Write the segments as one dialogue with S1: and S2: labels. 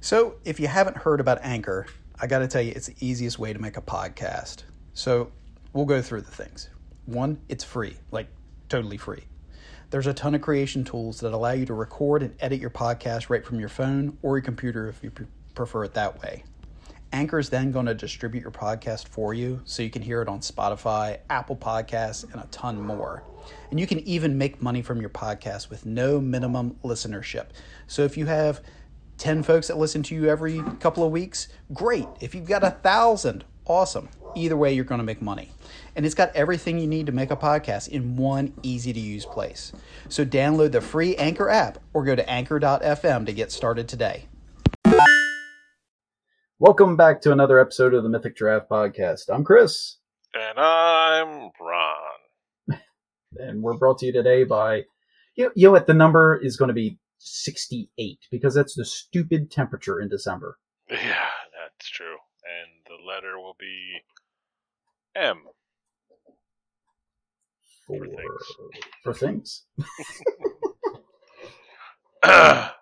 S1: So, if you haven't heard about Anchor, I got to tell you, it's the easiest way to make a podcast. So, we'll go through the things. One, it's free, like totally free. There's a ton of creation tools that allow you to record and edit your podcast right from your phone or your computer if you pre- prefer it that way. Anchor is then going to distribute your podcast for you so you can hear it on Spotify, Apple Podcasts, and a ton more. And you can even make money from your podcast with no minimum listenership. So if you have 10 folks that listen to you every couple of weeks, great. If you've got a thousand, awesome. Either way, you're going to make money. And it's got everything you need to make a podcast in one easy to use place. So download the free Anchor app or go to anchor.fm to get started today. Welcome back to another episode of the Mythic Giraffe Podcast. I'm Chris,
S2: And I'm Ron.
S1: and we're brought to you today by you you know what the number is going to be 68 because that's the stupid temperature in December.
S2: Yeah, that's true. And the letter will be M.
S1: For,
S2: For things.
S1: for things.
S2: yeah,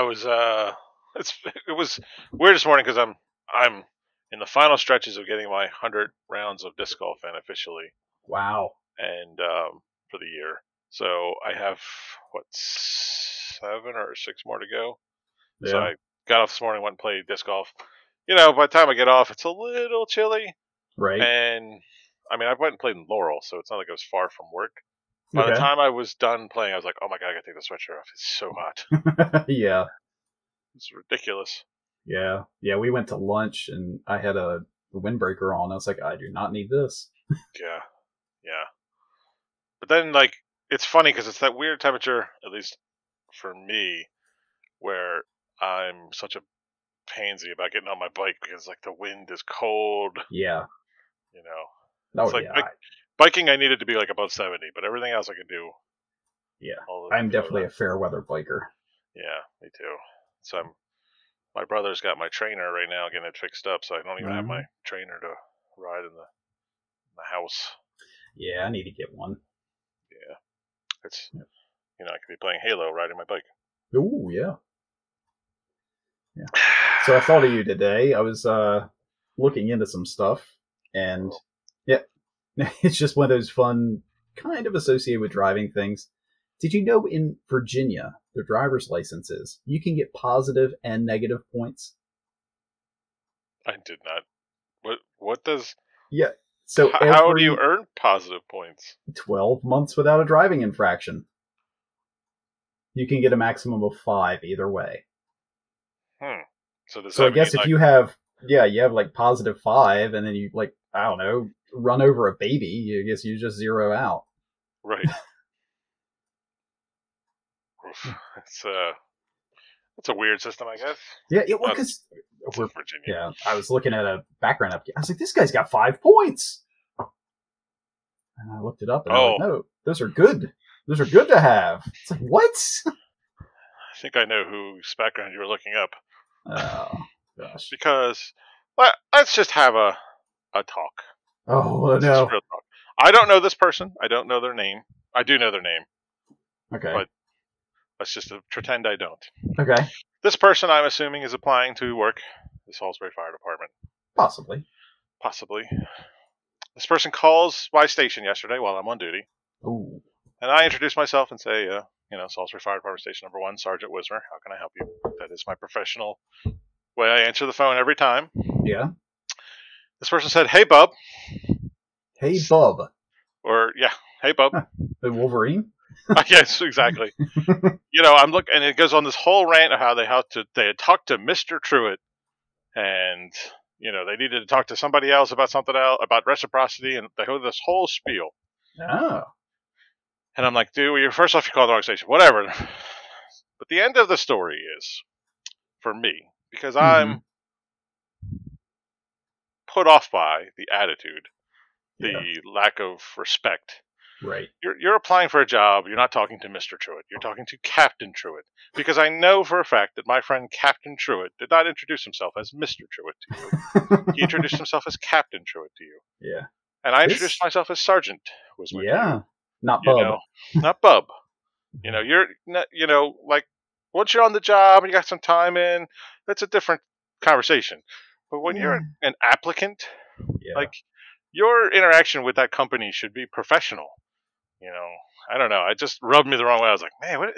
S2: it was. Uh, it's it was weird this morning because I'm I'm in the final stretches of getting my hundred rounds of disc golf in officially,
S1: Wow.
S2: and um, for the year. So I have what seven or six more to go. So I got off this morning, went and played disc golf. You know, by the time I get off, it's a little chilly.
S1: right.
S2: And I mean, I went and played in Laurel, so it's not like I was far from work. By the time I was done playing, I was like, "Oh my god, I gotta take the sweatshirt off. It's so hot.
S3: yeah,
S2: It's ridiculous."
S3: yeah, yeah. We went to lunch and I had a windbreaker on. I was like, I do not need this.
S2: Yeah, yeah. But then, like, it's funny because it's that weird temperature, at least for me, where I'm such a pansy about getting on my bike because like the wind is cold.
S3: Yeah.
S2: You know,
S3: Oh
S2: It's like
S3: yeah.
S2: big- biking I needed to be like above seventy, but everything else I can do.
S3: Yeah.
S2: all
S3: I, am
S2: below
S3: definitely
S2: that.
S3: a fair weather biker.
S2: Yeah, me too. So I'm, my brother's got my trainer right now getting it fixed up, so I don't even have my
S3: Mm-hmm.
S2: trainer to ride in the in the house.
S3: Yeah, I need to get one.
S2: It's you know I could be playing Halo riding my bike.
S3: Ooh, yeah. So I thought of you today. I was uh looking into some stuff and yeah. It's just one of those fun kind of associated with driving things. Did you know in Virginia, the driver's licenses, you can get positive and negative points?
S2: I did not. What what does
S3: So
S2: h- how do
S3: every
S2: you earn positive points?
S3: twelve months without a driving infraction, you can get a maximum of five either way.
S2: So does
S3: So I
S2: that
S3: guess
S2: mean,
S3: if
S2: like,
S3: you have yeah, you have like positive five, and then you like I don't know run over a baby, you I guess you just zero out.
S2: right.
S3: Hmm.
S2: Oof. it's uh, it's a weird system, I guess.
S3: Yeah, yeah,
S2: Uh,
S3: well, because
S2: It's in Virginia.
S3: yeah, I was looking at a background up. I was like, this guy's got five points, and I looked it up, and I'm like,
S2: Oh.
S3: no, those are good. Those are good to have. It's like what?
S2: I think I know whose background you were looking up.
S3: Oh gosh.
S2: because let, let's just have a a talk.
S3: Oh
S2: This is
S3: no.
S2: real talk. I don't know this person. I don't know their name. I do know their name.
S3: Okay.
S2: But- Let's just uh, pretend I don't.
S3: Okay.
S2: This person, I'm assuming, is applying to work the Salisbury Fire Department,
S3: Possibly.
S2: possibly. This person calls my station yesterday while I'm on duty,
S3: Ooh.
S2: and I introduce myself and say, uh, you know, Salisbury Fire Department Station Number One, Sergeant Wisner. How can I help you? That is my professional way I answer the phone every time.
S3: Yeah.
S2: This person said, "Hey, bub,"
S3: Hey, Bub.
S2: or yeah, "Hey, bub."
S3: The Wolverine?
S2: yes, exactly. you know, I'm look, and it goes on this whole rant of how they how to they had talked to Mister Truitt, and you know they needed to talk to somebody else about something else about reciprocity, and they hold this whole spiel.
S3: Oh.
S2: And I'm like, dude, well, you're first off, you called the wrong station, whatever. But the end of the story is, for me, because I'm put off by the attitude, the lack of respect
S3: Right.
S2: you're, you're applying for a job. You're not talking to Mr. Truitt. You're talking to Captain Truitt. Because I know for a fact that my friend Captain Truitt did not introduce himself as Mr. Truitt to you. He introduced himself as Captain Truitt to you.
S3: yeah.
S2: And I
S3: This-
S2: introduced myself as Sergeant. Was with you.
S3: Yeah. Not
S2: You
S3: Bub.
S2: know, not Bub. You know, you're, not, you know, like, once you're on the job and you got some time in, that's a different conversation. But when you're an applicant,
S3: Yeah.
S2: like your interaction with that company should be professional. You know, I don't know. It just rubbed me the wrong way. I was like, man, what?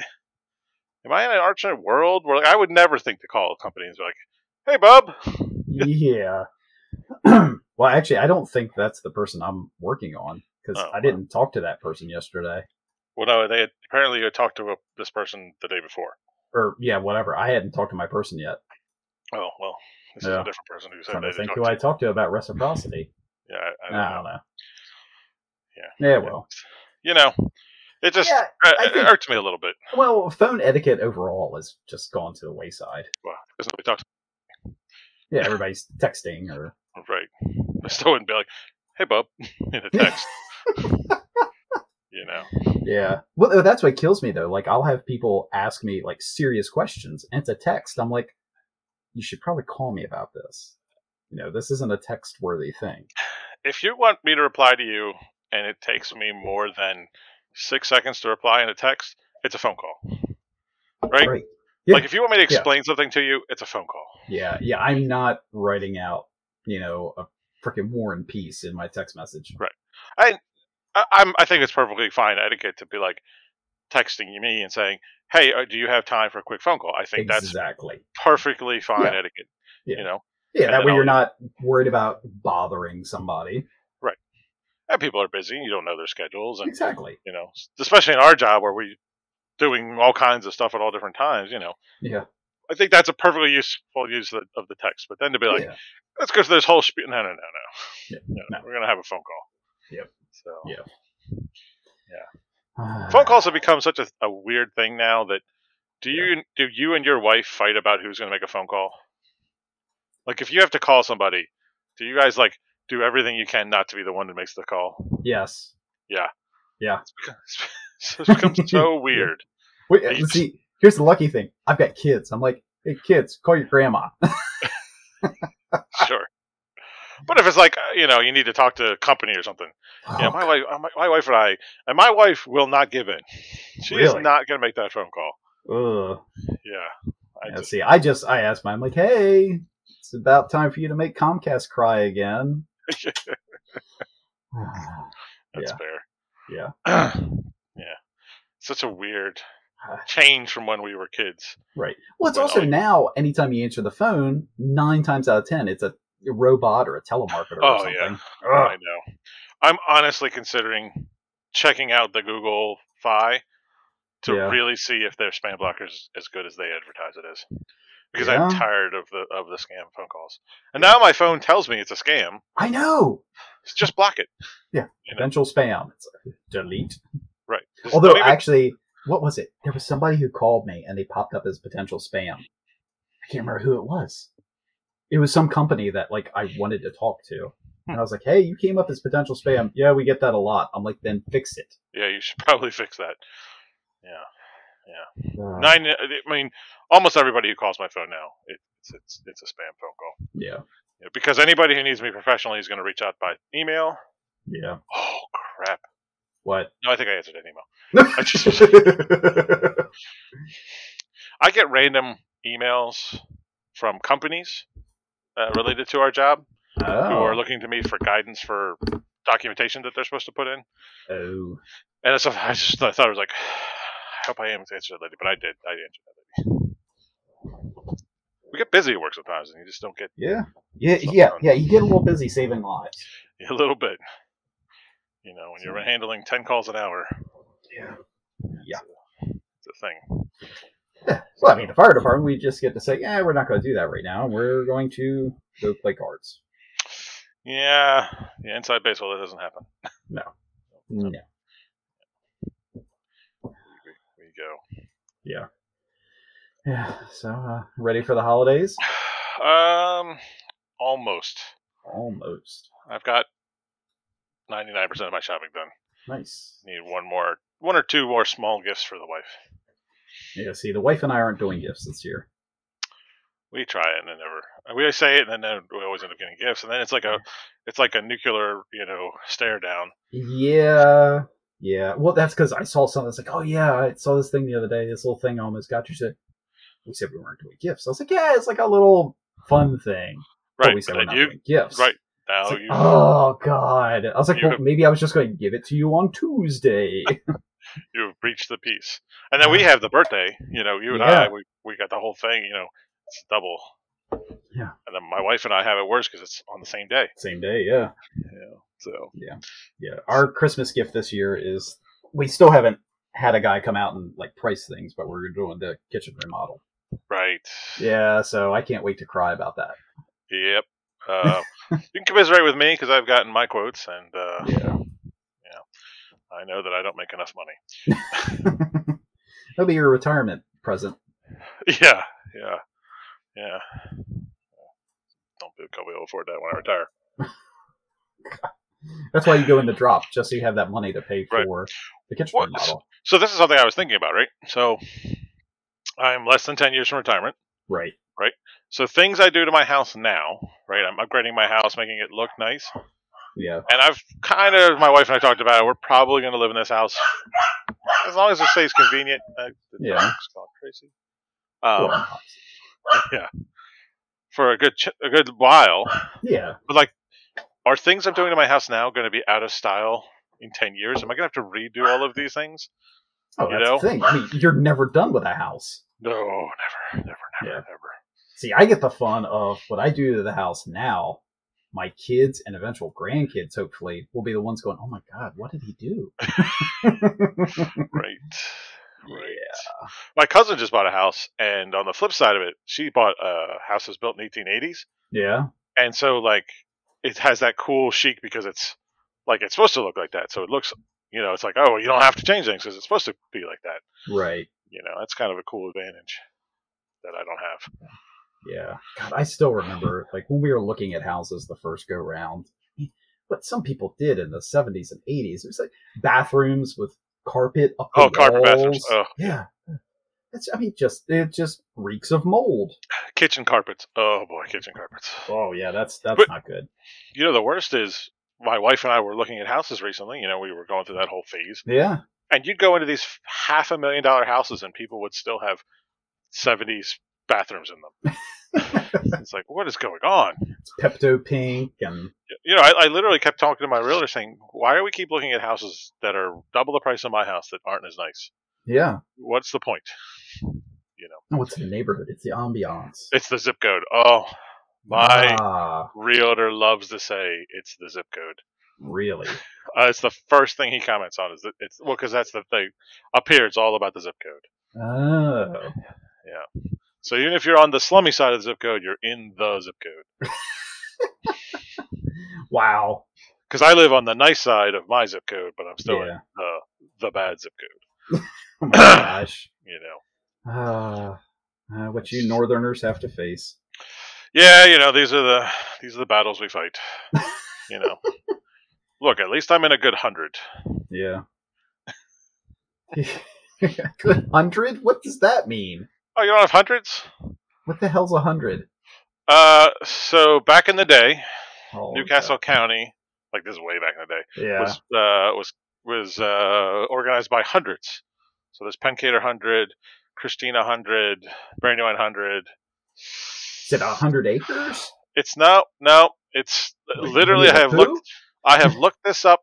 S2: Am I in an alternate world where like, I would never think to call a company and be like, hey, bub.
S3: yeah. well, actually, I don't think that's the person I'm working on because
S2: Oh,
S3: I didn't talk to that person yesterday.
S2: Well, no, they had, apparently you had talked to a, this person the day before.
S3: Or yeah, whatever. I hadn't talked to my person yet.
S2: Oh well, this is
S3: Yeah.
S2: a different person who said
S3: Trying to
S2: they had
S3: think
S2: talked
S3: who
S2: to.
S3: I talked to about reciprocity.
S2: Yeah, I, I don't
S3: I
S2: know.
S3: don't know.
S2: Yeah.
S3: Yeah. Well.
S2: You know, it just
S3: Yeah,
S2: uh,
S3: I
S2: it
S3: think-
S2: irked me a little bit.
S3: Well, phone etiquette overall has just gone to the wayside.
S2: Well, there's nobody talks
S3: Yeah, everybody's texting or
S2: right. I still wouldn't be like, "Hey, bub," in a text. you know.
S3: yeah. Well, that's what kills me though. Like, I'll have people ask me like serious questions, and it's a text. I'm like, you should probably call me about this. You know, this isn't a text worthy thing.
S2: if you want me to reply to you and it takes me more than six seconds to reply in a text, it's a phone call. Right?
S3: Right. Yeah.
S2: Like if you want me to
S3: Yeah.
S2: explain something to you, it's a phone call.
S3: Yeah, yeah, I'm not writing out, you know, a freaking war and peace in my text message.
S2: I, I'm I think it's perfectly fine etiquette to be like texting me and saying, "Hey, uh, do you have time for a quick phone call?" I think that's
S3: exactly.
S2: perfectly fine
S3: Yeah.
S2: etiquette.
S3: Yeah.
S2: You know,
S3: Yeah,
S2: and
S3: that
S2: then
S3: way
S2: I'll-
S3: you're not worried about bothering somebody.
S2: and people are busy. You don't know their schedules, and
S3: Exactly.
S2: you know, especially in our job where we doing all kinds of stuff at all different times. You know,
S3: Yeah.
S2: I think that's a perfectly useful use of the, of the text. But then to be like,
S3: yeah.
S2: let's go through this whole spiel. No, no, no, no.
S3: Yeah,
S2: no,
S3: no.
S2: We're gonna have a phone call.
S3: Yep.
S2: So
S3: Yeah.
S2: phone calls have become such a, a weird thing now that do you do you and your wife fight about who's gonna make a phone call? Like if you have to call somebody, do you guys like do everything you can not to be the one that makes the call?
S3: Yes.
S2: it's become so weird.
S3: Wait, uh,
S2: Yeah, you-
S3: see, here's the lucky thing. I've got kids. I'm like, hey, kids, call your grandma.
S2: Sure. But if it's like uh, you know you need to talk to a company or something,
S3: Oh,
S2: yeah, my wife, uh, my, my wife and I, and my wife will not give in. She
S3: Really?
S2: is not going to make that phone call.
S3: Ugh.
S2: Yeah, I
S3: Yeah,
S2: just-
S3: see, I just, I asked my, I'm like, hey, it's about time for you to make Comcast cry again.
S2: That's
S3: Yeah.
S2: fair. Yeah. yeah. Such a weird
S3: Ah.
S2: change from when we were kids.
S3: Right. Well, it's
S2: Well-
S3: also now, anytime you answer the phone, nine times out of ten, it's a robot or a telemarketer or
S2: Oh
S3: something.
S2: yeah.
S3: Ugh.
S2: I know. I'm honestly considering checking out the Google Fi to
S3: Yeah.
S2: really see if their spam blockers is as good as they advertise it as. Because I'm
S3: Yeah.
S2: tired of the of the scam phone calls. And now my phone tells me it's a scam.
S3: I know.
S2: Just block it.
S3: Potential spam. It's like, delete.
S2: Right. Just
S3: Although,
S2: don't even-
S3: actually, what was it? There was somebody who called me and they popped up as potential spam. I can't remember who it was. It was some company that like I wanted to talk to. And I was like, hey, you came up as potential spam. Yeah, we get that a lot. I'm like, then fix it.
S2: yeah, you should probably fix that. Yeah.
S3: Ugh.
S2: Nine. I mean, almost everybody who calls my phone now, it, it's it's it's a spam phone call.
S3: Yeah.
S2: Yeah, because anybody who needs me professionally is going to reach out by email.
S3: Yeah.
S2: Oh crap!
S3: What? Oh.
S2: No, I think I answered an email. I just I get random emails from companies uh, related to our job who are
S3: oh.
S2: looking to me for guidance for documentation that they're supposed to put in,
S3: oh.
S2: and so I just I thought I was like, I hope I am answered that lady, but I did. I answered that lady. We get busy at work sometimes, and you just don't get
S3: Yeah. Yeah,
S2: Something
S3: yeah,
S2: on-
S3: yeah. You get a little busy saving lives.
S2: a little bit. You know, when you're handling ten calls an hour,
S3: Yeah.
S2: it's a thing.
S3: Well, I mean, the fire department, we just get to say, yeah, we're not going to do that right now. We're going to go play cards.
S2: Yeah, yeah. Inside baseball, that doesn't happen.
S3: No.
S2: We go.
S3: Yeah. So, uh, ready for the holidays?
S2: Um, almost.
S3: Almost.
S2: I've got ninety nine percent of my shopping done.
S3: Nice.
S2: Need one more, one or two more small gifts for the wife.
S3: Yeah. See, the wife and I aren't doing gifts this year.
S2: We try it and then never. We say it and then we always end up getting gifts, and then it's like a, it's like a nuclear, you know, stare down.
S3: Yeah. Yeah. Well, that's because I saw something. It's like, oh yeah, I saw this thing the other day. This little thing I almost got you. She's like, we said we weren't doing gifts. I was like, yeah, it's like a little fun thing. But
S2: Right.
S3: we said
S2: but
S3: we're
S2: then
S3: not
S2: you
S3: doing gifts.
S2: right. now
S3: It's like,
S2: you
S3: oh god! I was like,
S2: You-
S3: well, maybe I was just going to give it to you on Tuesday.
S2: you have breached the peace. And then we have the birthday. You know, you and
S3: Yeah.
S2: I, we, we got the whole thing. You know, it's double.
S3: Yeah.
S2: And then my wife and I have it worse because it's on the same day.
S3: Same day, yeah,
S2: Yeah. So
S3: yeah. Our Christmas gift this year is we still haven't had a guy come out and like price things, but we're doing the kitchen remodel.
S2: right.
S3: Yeah, so I can't wait to cry about that.
S2: Yep. Uh, you can commiserate with me because I've gotten my quotes, and uh,
S3: Yeah,
S2: I know that I don't make enough money.
S3: that'll be your retirement present.
S2: yeah. Yeah. Yeah. Don't be I'll be able to afford that when I retire.
S3: That's why you go in the drop, just so you have that money to pay
S2: Right.
S3: for the kitchen
S2: What-
S3: remodel.
S2: So this is something I was thinking about, right? So I'm less than ten years from retirement.
S3: Right.
S2: So things I do to my house now, right? I'm upgrading my house, making it look nice.
S3: Yeah.
S2: And I've kind of, my wife and I talked about it. We're probably going to live in this house as long as it stays convenient. Uh, the
S3: Yeah.
S2: dog's gone crazy. Um,
S3: Well,
S2: yeah, for a good ch- a good while.
S3: yeah.
S2: Are things I'm doing to my house now going to be out of style in ten years? Am I going to have to redo all of these things?
S3: Oh,
S2: You
S3: that's
S2: know?
S3: the thing. I mean, you're never done with a house.
S2: No, never, never, never,
S3: Yeah.
S2: never.
S3: See, I get the fun of what I do to the house now. My kids and eventual grandkids, hopefully, will be the ones going, "Oh my god, what did he do?"
S2: Right. Right. My cousin just bought a house, and on the flip side of it, she bought a house that was built in the 1880s,
S3: Yeah.
S2: and so like it has that cool chic because it's like it's supposed to look like that. So it looks, you know, it's like oh, you don't have to change things because it's supposed to be like that.
S3: Right.
S2: You know, that's kind of a cool advantage that I don't have.
S3: Yeah. God, I still remember like when we were looking at houses the first go round. What some people did in the seventies and eighties, it was like bathrooms with carpet up the
S2: Oh, carpet bathrooms.
S3: walls.
S2: Oh,
S3: Yeah. It's, I mean, just it just reeks of mold.
S2: kitchen carpets. Oh boy, kitchen carpets.
S3: Oh yeah, that's that's
S2: But-
S3: not good.
S2: You know, the worst is my wife and I were looking at houses recently. You know, we were going through that whole phase.
S3: Yeah.
S2: and you'd go into these half a million dollar houses and people would still have 70s bathrooms in them it's like what is going on
S3: It's Pepto Pink and
S2: you know I, I literally kept talking to my realtor saying why do we keep looking at houses that are double the price of my house that aren't as nice
S3: yeah.
S2: what's the point
S3: No, it's the neighborhood. It's the ambiance.
S2: it's the zip code oh my
S3: Ah,
S2: realtor loves to say it's the zip code
S3: really?
S2: uh, it's the first thing he comments on is that it's well because that's the thing up here it's all about the zip code
S3: Oh,
S2: so even if you're on the slummy side of the zip code you're in the zip code
S3: wow.
S2: because I live on the nice side of my zip code, but I'm still in
S3: yeah.
S2: the the bad zip code.
S3: Oh my gosh.
S2: You know,
S3: Ah, uh, what you Northerners have to face.
S2: yeah, you know these are the these are the battles we fight. you know, look, at least I'm in a good hundred.
S3: Yeah. Good hundred? What does that mean?
S2: Oh, you don't have hundreds?
S3: What the hell's a hundred?
S2: Uh, so back in the day,
S3: Oh,
S2: Newcastle County, like this is way back in the day,
S3: God. Yeah.
S2: was uh, was was uh, organized by hundreds. So there's Pencader hundred, Christina hundred, Brandywine hundred.
S3: Is it a hundred acres?
S2: It's no, no. It's literally I have
S3: Winnie the
S2: looked.
S3: Pooh?
S2: I have looked this up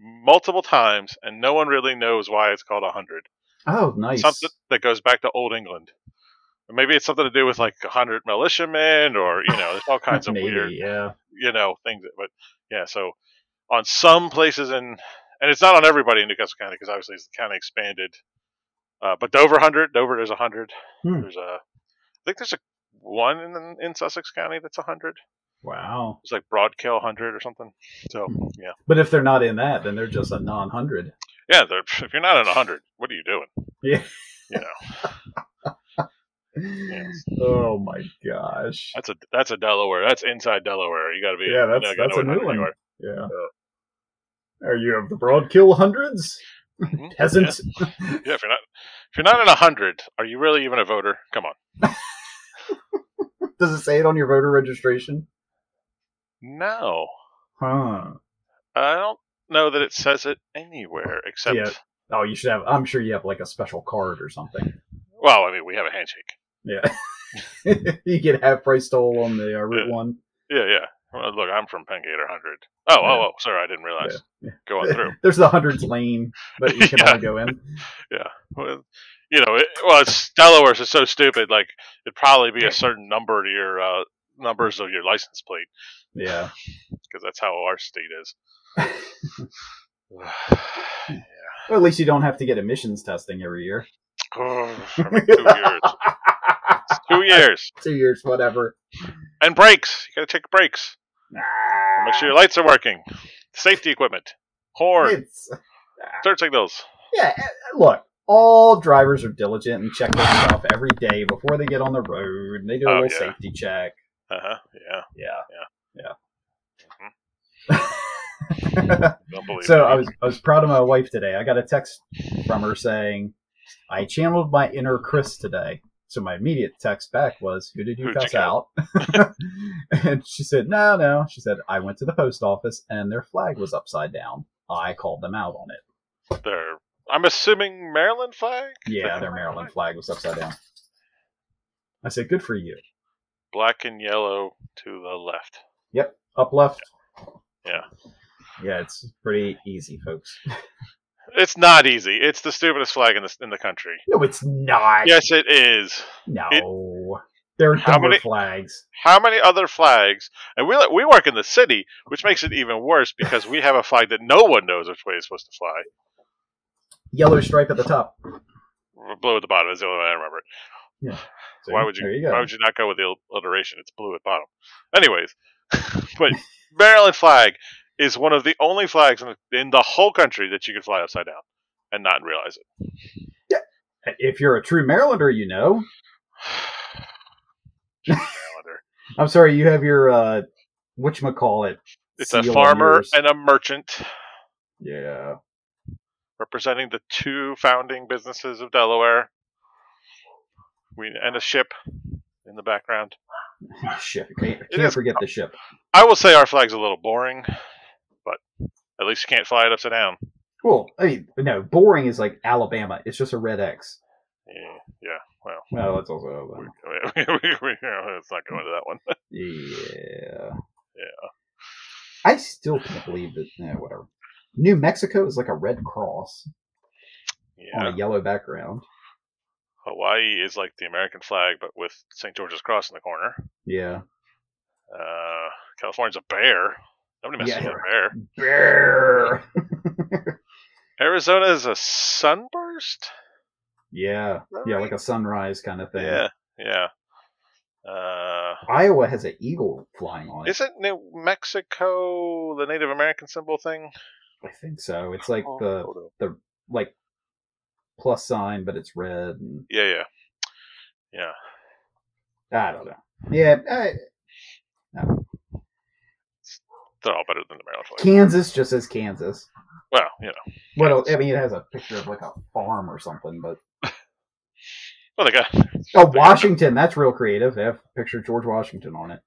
S2: multiple times, and no one really knows why it's called 100.
S3: Oh, nice.
S2: Something that goes back to Old England. Or Maybe it's something to do with like 100 militiamen, or, you know, there's all kinds of
S3: Maybe,
S2: weird,
S3: Yeah.
S2: you know, things. But yeah, so on some places in, and it's not on everybody in Newcastle County because obviously it's the county expanded. Uh, but Dover 100, Dover there's 100.
S3: Hmm.
S2: There's a, I think there's a one in, in Sussex County that's 100.
S3: Wow.
S2: It's like Broadkill 100 or something. So
S3: Hmm.
S2: yeah.
S3: But if they're not in that, then they're just a non-hundred.
S2: Yeah, they're, if you're not at 100, what are you doing?
S3: Yeah.
S2: You know,
S3: Oh my gosh.
S2: that's a that's a Delaware. That's inside Delaware. You got to be.
S3: Yeah,
S2: you
S3: that's-
S2: gotta
S3: that's
S2: know
S3: a
S2: what
S3: new
S2: you
S3: one.
S2: are.
S3: Yeah.
S2: Uh,
S3: Are you of the broad kill hundreds?
S2: Mhm.
S3: Peasant.
S2: Yeah. yeah, if you're not if you're not at 100, are you really even a voter? Come on.
S3: Does it say it on your voter registration?
S2: No,
S3: Huh.
S2: I don't know that it says it anywhere except.
S3: Yeah. Oh, you should have. I'm sure you have like a special card or something.
S2: Well, I mean, we have a handshake.
S3: Yeah. you get half price toll on the uh, Route
S2: Yeah.
S3: 1.
S2: Yeah, yeah. Well, look, I'm from Penn Gator 100. Oh, oh, oh, sorry, I didn't realize.
S3: Yeah.
S2: Go on through.
S3: There's the hundreds lane that you can
S2: Yeah.
S3: only go in.
S2: Well, you know, it, well, it's Delaware's is so stupid. Like, it'd probably be a certain number to your uh, numbers of your license plate
S3: Yeah.
S2: because that's how our state is.
S3: Well, at least you don't have to get emissions testing every year.
S2: Oh, I mean, two years, It's two years,
S3: Two years, whatever.
S2: and brakes. You gotta check brakes. Make sure your lights are working. Safety equipment, horn,
S3: It's-
S2: turn signals.
S3: Yeah, eh, eh, look, all drivers are diligent and check their stuff every day before they get on the road. and They do a
S2: Oh,
S3: little
S2: yeah.
S3: safety check.
S2: Uh huh. Yeah. Mm-hmm.
S3: Yeah,
S2: Don't believe.
S3: So
S2: me.
S3: I was I was proud of my wife today. I got a text from her saying, "I channeled my inner Chris today." So my immediate text back was, "Who did you
S2: Who'd you
S3: cuss
S2: get?
S3: out?" and she said, "No, no." She said, "I went to the post office and their flag was upside down. I called them out on it.
S2: They're- I'm assuming Maryland flag.
S3: Yeah, their Maryland flag was upside down." I said, "Good for you."
S2: Black and yellow to the left.
S3: Up left.
S2: Yeah.
S3: Yeah, it's pretty easy, folks.
S2: It's not easy. It's the stupidest flag in the in the country.
S3: No, it's not.
S2: Yes, it is.
S3: No. They're
S2: How
S3: dumber
S2: many-
S3: flags.
S2: How many other flags? And we we work in the city, which makes it even worse because we have a flag that no one knows which way it's supposed to fly.
S3: Yellow stripe at the top.
S2: Blue at the bottom is the only way I remember. it.
S3: See?
S2: Why would you?
S3: There you go.
S2: why would you not go with the alliteration? It's blue at bottom. Anyways, but Maryland flag is one of the only flags in the, in the whole country that you can fly upside down and not realize it.
S3: If you're a true Marylander, you know.
S2: Marylander.
S3: I'm sorry, you have your uh whatchamacallit.
S2: It's
S3: seal
S2: a
S3: on
S2: farmer
S3: yours.
S2: and a merchant
S3: Yeah.
S2: representing the two founding businesses of Delaware. We and a ship in the background.
S3: Ship. Oh, Can't,
S2: It
S3: can't
S2: is-
S3: forget the ship.
S2: I will say our flag's a little boring, but at least you can't fly it upside down.
S3: Well, I mean, no, boring is like Alabama. It's just a red X.
S2: Yeah, yeah. Well,
S3: Well, that's also Alabama.
S2: we, we, we, let's not go into that one.
S3: Yeah.
S2: Yeah.
S3: I still can't believe that. No, whatever. New Mexico is like a red cross on
S2: Yeah.
S3: a yellow background.
S2: Hawaii is like the American flag, but with St. George's cross in the corner.
S3: Yeah.
S2: Uh, California's a bear. Nobody messes
S3: Yeah.
S2: with a bear.
S3: Brrr.
S2: Arizona is a sunburst.
S3: Yeah.
S2: Right.
S3: Yeah, like a sunrise kind of thing.
S2: Yeah, yeah. Uh,
S3: Iowa has an eagle flying on it.
S2: isn't New Mexico the Native American symbol thing?
S3: I think so. It's like
S2: Oh,
S3: the
S2: hold on.
S3: like plus sign, but it's red. And,
S2: yeah, yeah.
S3: I don't know. Yeah, I,
S2: They're all better than the Maryland flag.
S3: Kansas just says Kansas.
S2: Well, you know,
S3: What else? I mean, it has a picture of like a farm or something, but
S2: well, they got
S3: oh, Washington. That's real creative. They have a picture of George Washington on it.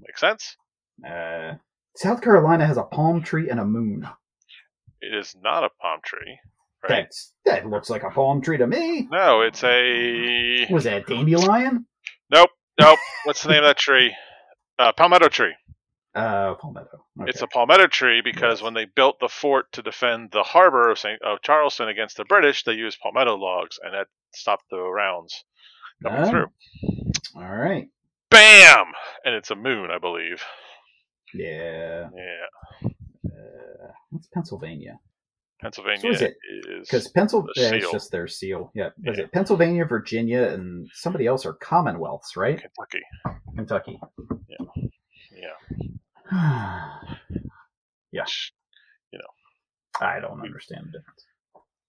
S2: makes sense.
S3: Uh, South Carolina has a palm tree and a moon.
S2: It is not a palm tree, right?
S3: That's that looks like a palm tree to me.
S2: No, it's a
S3: Was that a dandelion?
S2: nope, nope. What's the name of that tree? Uh, palmetto tree.
S3: Uh, palmetto. Okay.
S2: It's a palmetto tree because when they built the fort to defend the harbor of Saint of Charleston against the British, they used palmetto logs, and that stopped the rounds coming
S3: Oh,
S2: through.
S3: All right.
S2: Bam! And it's a moon, I believe.
S3: Yeah.
S2: Yeah.
S3: Uh, what's Pennsylvania?
S2: Pennsylvania
S3: So is
S2: is,
S3: it- Because Pennsylvania
S2: Their
S3: is
S2: seal.
S3: just their seal. Yeah. Is
S2: Yeah.
S3: it Pennsylvania, Virginia, and somebody else are Commonwealths, right?
S2: Kentucky.
S3: Kentucky.
S2: Yeah.
S3: I
S2: Sh-
S3: don't understand the difference.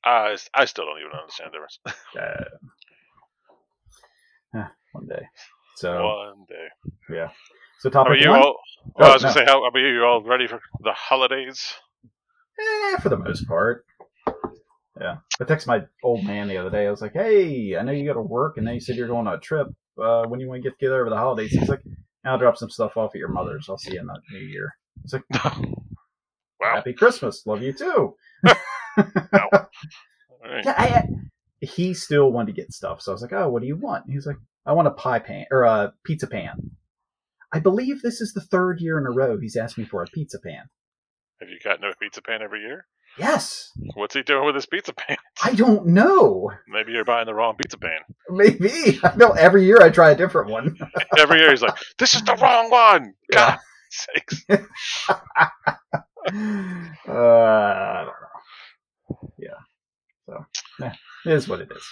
S2: I, s- I still don't even understand the difference.
S3: Uh, huh, one day. So,
S2: One day.
S3: so
S2: How are
S3: topic
S2: you
S3: Oh. one,
S2: all? Well,
S3: Oh,
S2: I was going to
S3: no.
S2: say, how are you You all ready for the holidays?
S3: eh, for the most part. Yeah. I texted my old man the other day. I was like, hey, I know you got to work, and then you said you're going on a trip. Uh, when you want to get together over the holidays? He's like, I'll drop some stuff off at your mother's. I'll see you in the new year. It's like,
S2: Wow.
S3: happy Christmas. Love you too.
S2: All right.
S3: Yeah, I, I- he still wanted to get stuff, so I was like, "Oh, what do you want?" And he's like, I want a pie pan or a pizza pan. I believe this is the third year in a row he's asked me for a pizza pan.
S2: Have you gotten a pizza pan every year?
S3: Yes,
S2: What's he doing with his pizza pan?
S3: I don't know.
S2: Maybe you're buying the wrong pizza pan.
S3: Maybe I know every year I try a different one.
S2: Every year he's like, "This is the wrong one."
S3: Yeah.
S2: God sakes.
S3: uh, I don't know. Yeah, so eh, it is what it is.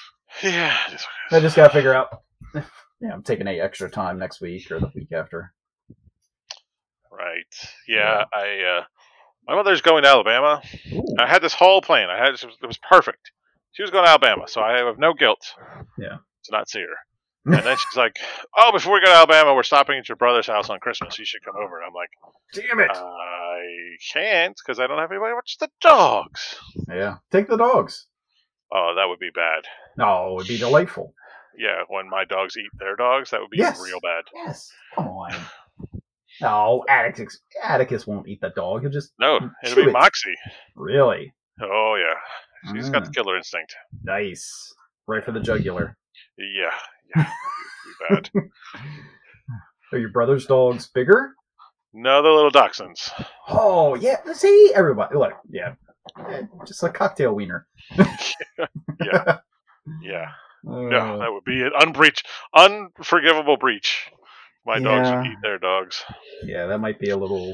S2: Yeah. it is what it
S3: I
S2: is.
S3: just gotta figure out. Yeah, I'm taking a extra time next week or the week after.
S2: Right. Yeah. I. Uh, my mother's going to Alabama.
S3: Ooh.
S2: I had this whole plan. I had it was, it was perfect. She was going to Alabama, so I have no guilt.
S3: Yeah.
S2: To not see her. And then she's like, "Oh, before we go to Alabama, we're stopping at your brother's house on Christmas. You should come over." And I'm like,
S3: Damn it!
S2: "I can't because I don't have anybody to watch the dogs."
S3: Yeah, take the dogs.
S2: Oh, that would be bad.
S3: No, it would be delightful.
S2: Yeah, when my dogs eat their dogs, that would be
S3: Yes.
S2: real bad.
S3: Yes, come on. No, Atticus, Atticus won't eat the dog. He'll just
S2: No, it'll be
S3: Chew it.
S2: Moxie.
S3: really
S2: Oh yeah, she's got the
S3: Mm.
S2: killer instinct.
S3: nice, right for the jugular.
S2: Yeah, yeah, it'd be bad.
S3: Are your brother's dogs bigger?
S2: no, the little dachshunds.
S3: Oh yeah, see everybody. Look, yeah, Eh, just a cocktail wiener.
S2: Yeah, yeah, yeah.
S3: Uh,
S2: That would be an unbreach, unforgivable breach. My dogs would
S3: Yeah.
S2: eat their dogs.
S3: yeah, that might be a little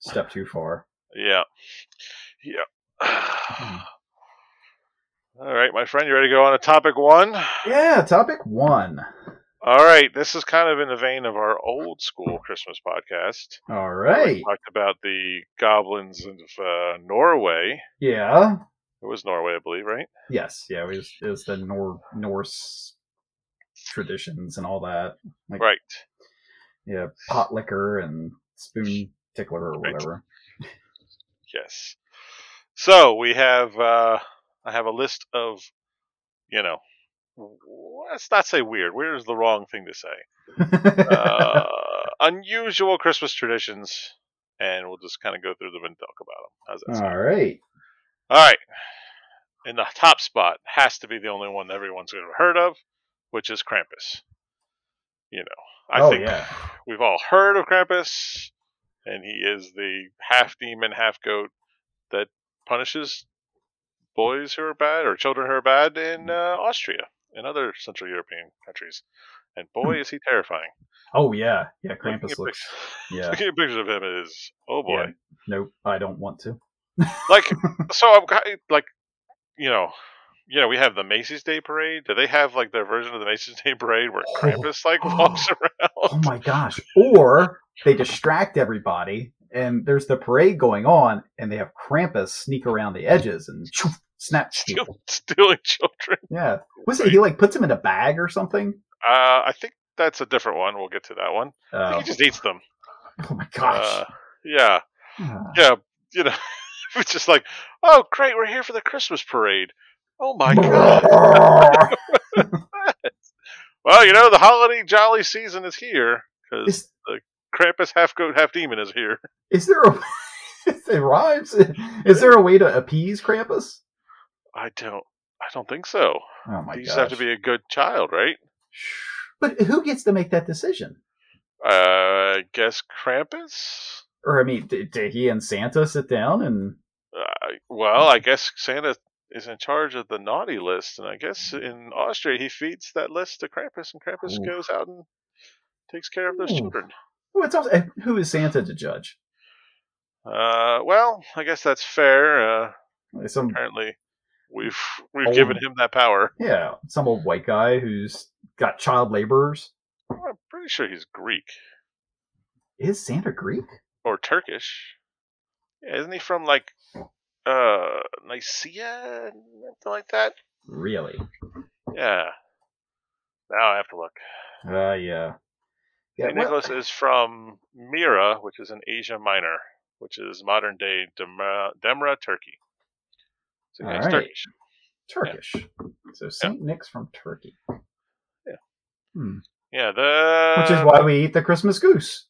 S3: step too far.
S2: Yeah,
S3: Hmm.
S2: yeah. All right, my friend, you ready to go on to topic one?
S3: Yeah, topic one.
S2: All right, this is kind of in the vein of our old school Christmas podcast.
S3: All
S2: We
S3: right.
S2: talked about the goblins of uh, Norway.
S3: Yeah.
S2: It was Norway, I believe, right?
S3: Yes. Yeah. It was, it was the Nor- Norse traditions and all that. Like,
S2: Right.
S3: Yeah, pot liquor and spoon tickler or
S2: Right.
S3: whatever.
S2: Yes. So we have uh, I have a list of you know w- let's not say weird. Weird is the wrong thing to say. Uh, unusual Christmas traditions, and we'll just kind of go through them and talk about them. How's that sound?
S3: all right.
S2: All right. In the top spot has to be the only one everyone's ever heard of, which is Krampus. You know, I
S3: oh
S2: think
S3: yeah.
S2: we've all heard of Krampus, and he is the half demon, half goat that punishes boys who are bad or children who are bad
S3: Mm.
S2: in uh, Austria and other Central European countries. And boy, is he terrifying!
S3: Oh yeah. Yeah.
S2: Looking
S3: Hmm. Krampus
S2: at,
S3: looks.
S2: pictures,
S3: Yeah.
S2: looking at pictures of him is oh boy.
S3: Yeah. Nope. I don't want to.
S2: Like so, I'm ki- like you know. You know, we have the Macy's Day Parade. Do they have like their version of the Macy's Day Parade where
S3: Oh.
S2: Krampus like walks
S3: Oh
S2: around?
S3: my gosh. Or they distract everybody and there's the parade going on and they have Krampus sneak around the edges and choof, snap people.
S2: Steal- stealing children.
S3: Yeah. Was it he like puts him in a bag or something?
S2: Uh, I think that's a different one. We'll get to that one. I
S3: Uh,
S2: think he just Uh, eats them.
S3: oh my gosh.
S2: Uh, yeah,
S3: Ah,
S2: yeah, you know, it's just like, oh great, we're here for the Christmas parade. Oh my god. Well, you know, the holiday jolly season is here because
S3: is,
S2: Krampus half goat half demon is here.
S3: is there a it rhymes? Is there a way to appease Krampus?
S2: I don't, I don't think so.
S3: Oh my
S2: you
S3: gosh.
S2: just have to be a good child, right?
S3: But who gets to make that decision?
S2: Uh, I guess Krampus.
S3: Or I mean, did, did he and Santa sit down and
S2: Uh, well, I guess Santa is in charge of the naughty list, and I guess in Austria he feeds that list to Krampus, and Krampus
S3: Ooh.
S2: goes out and takes care of those
S3: Ooh.
S2: children.
S3: oh, it's also, and who is Santa to judge?
S2: Uh, well, I guess that's fair. Uh,
S3: Some
S2: apparently, we've we've
S3: Oh.
S2: given him that power.
S3: Yeah, some old white guy who's got child laborers.
S2: I'm pretty sure he's Greek
S3: Is Santa Greek?
S2: or Turkish. Yeah, isn't he from like uh Nicaea, something like that?
S3: Really?
S2: Yeah. Now I have to look.
S3: Uh, yeah. Yeah, well-
S2: St. Nicholas is from Mira, which is in Asia Minor, which is modern day Demra, Demra Turkey. So yeah, it's
S3: Alright.
S2: Turkish.
S3: Turkish. So Saint Nick's from Turkey,
S2: Yeah, the
S3: which is why we eat the Christmas goose.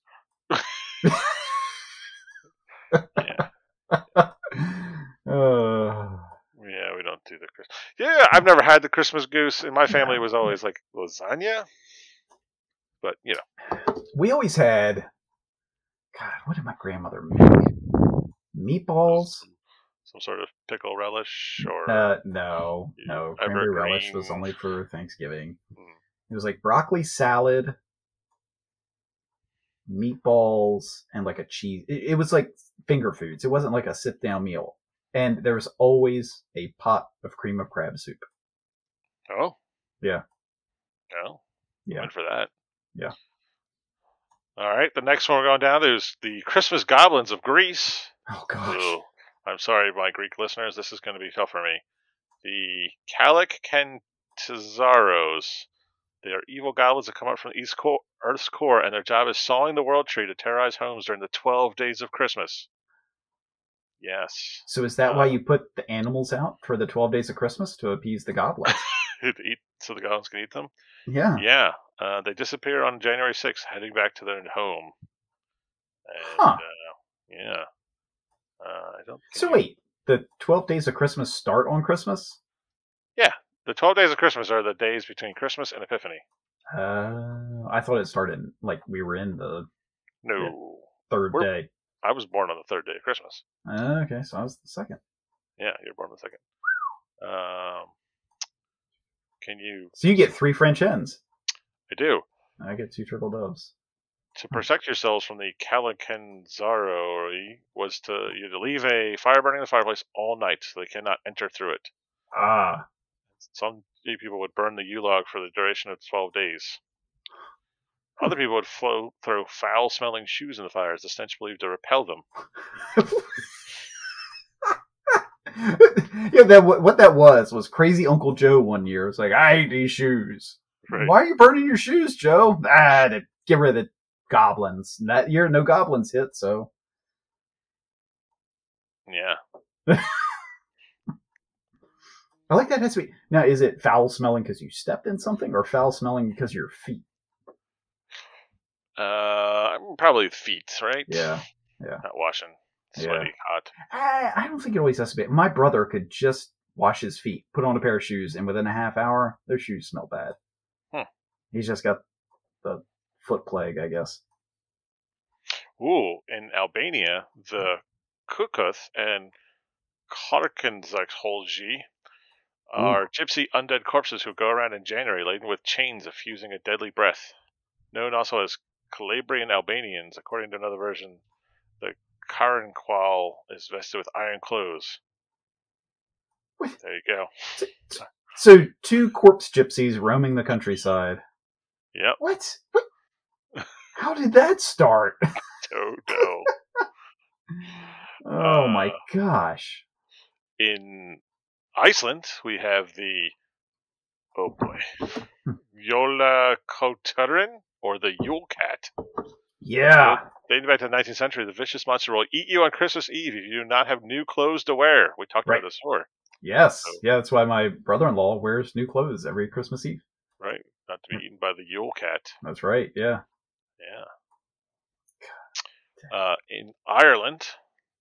S3: Uh,
S2: Yeah, we don't do the Christmas. Yeah, I've never had the Christmas goose. In my family, it was always like lasagna. But you know,
S3: we always had God, what did my grandmother make? Meatballs?
S2: some sort of pickle relish or
S3: Uh, no, no. Cranberry relish was
S2: Evergreen.
S3: only for Thanksgiving.
S2: Mm.
S3: It was like broccoli salad, meatballs, and like a cheese. It, it was like finger foods. It wasn't like a sit down meal. And there was always a pot of cream of crab soup.
S2: oh
S3: Yeah.
S2: no
S3: Yeah.
S2: went for that
S3: Yeah.
S2: All right, the next one we're going down to is the Christmas Goblins of Greece.
S3: Oh gosh.
S2: Ooh, I'm sorry, my Greek listeners. This is going to be tough for me. The Calic Kentazaros. They are evil goblins that come up from the East core, Earth's core, and their job is sawing the world tree to terrorize homes during the 12 days of Christmas. Yes.
S3: So is that why
S2: Uh,
S3: you put the animals out for the twelve days of Christmas to appease the goblins?
S2: To eat, so the goblins can eat them?
S3: yeah.
S2: Yeah. Uh, they disappear on January 6th, heading back to their home. And,
S3: Huh.
S2: uh, yeah. Uh, I don't think
S3: So
S2: you-
S3: wait, the twelve days of Christmas start on Christmas?
S2: The 12 days of Christmas are the days between Christmas and Epiphany.
S3: Uh, I thought it started like we were in the
S2: No.
S3: third
S2: We're-
S3: day.
S2: I was born on the third day of Christmas.
S3: Uh, okay, so I was the second.
S2: Yeah, you're born on the second. Um, can you?
S3: So you get three French hens.
S2: I do.
S3: I get two turtle doves. Hmm.
S2: To protect yourselves from the Calicanzaro was to you to leave a fire burning in the fireplace all night, so they cannot enter through it.
S3: Ah,
S2: Some people would burn the U log for the duration of twelve days. Other
S3: Hmm.
S2: people would flow, throw foul-smelling shoes in the fire, as the stench believed to repel them.
S3: yeah. That wa- what that was was crazy Uncle Joe. One year was like, I hate these shoes. Why are you burning your shoes, Joe? Ah, to get rid of the goblins. And That year, no goblins hit. So
S2: Yeah.
S3: I like that. That's sweet. Now, is it foul smelling because you stepped in something, or foul smelling because your feet?
S2: Uh, probably feet, right?
S3: Yeah.
S2: Not washing.
S3: Yeah.
S2: Sweaty, hot.
S3: I, I don't think it always has to be. My brother could just wash his feet, put on a pair of shoes, and within a half hour, their shoes smell bad.
S2: Hmm.
S3: He's just got the foot plague, I guess.
S2: Ooh, in Albania, the Kukuth and Karkanzaxholji are gypsy undead corpses who go around in January laden with chains effusing a deadly breath. Known also as Calabrian Albanians, according to another version, the Karanqual is vested with iron clothes.
S3: What?
S2: There you go.
S3: So, two corpse gypsies roaming the countryside.
S2: Yep.
S3: What? what? How did that start?
S2: Toto.
S3: Oh my
S2: Uh.
S3: gosh.
S2: in Iceland, we have the oh boy,
S3: Hmm.
S2: Yola Koturin or the Yule Cat.
S3: Yeah.
S2: Dating back to the 19th century, the vicious monster will eat you on Christmas Eve if you do not have new clothes to wear. We talked
S3: Right.
S2: about this before,
S3: Yes. Yeah, that's why my brother in law wears new clothes every Christmas Eve.
S2: right? Not
S3: Hmm.
S2: to be eaten by the Yule Cat.
S3: That's right. Yeah.
S2: Yeah. Uh, in Ireland,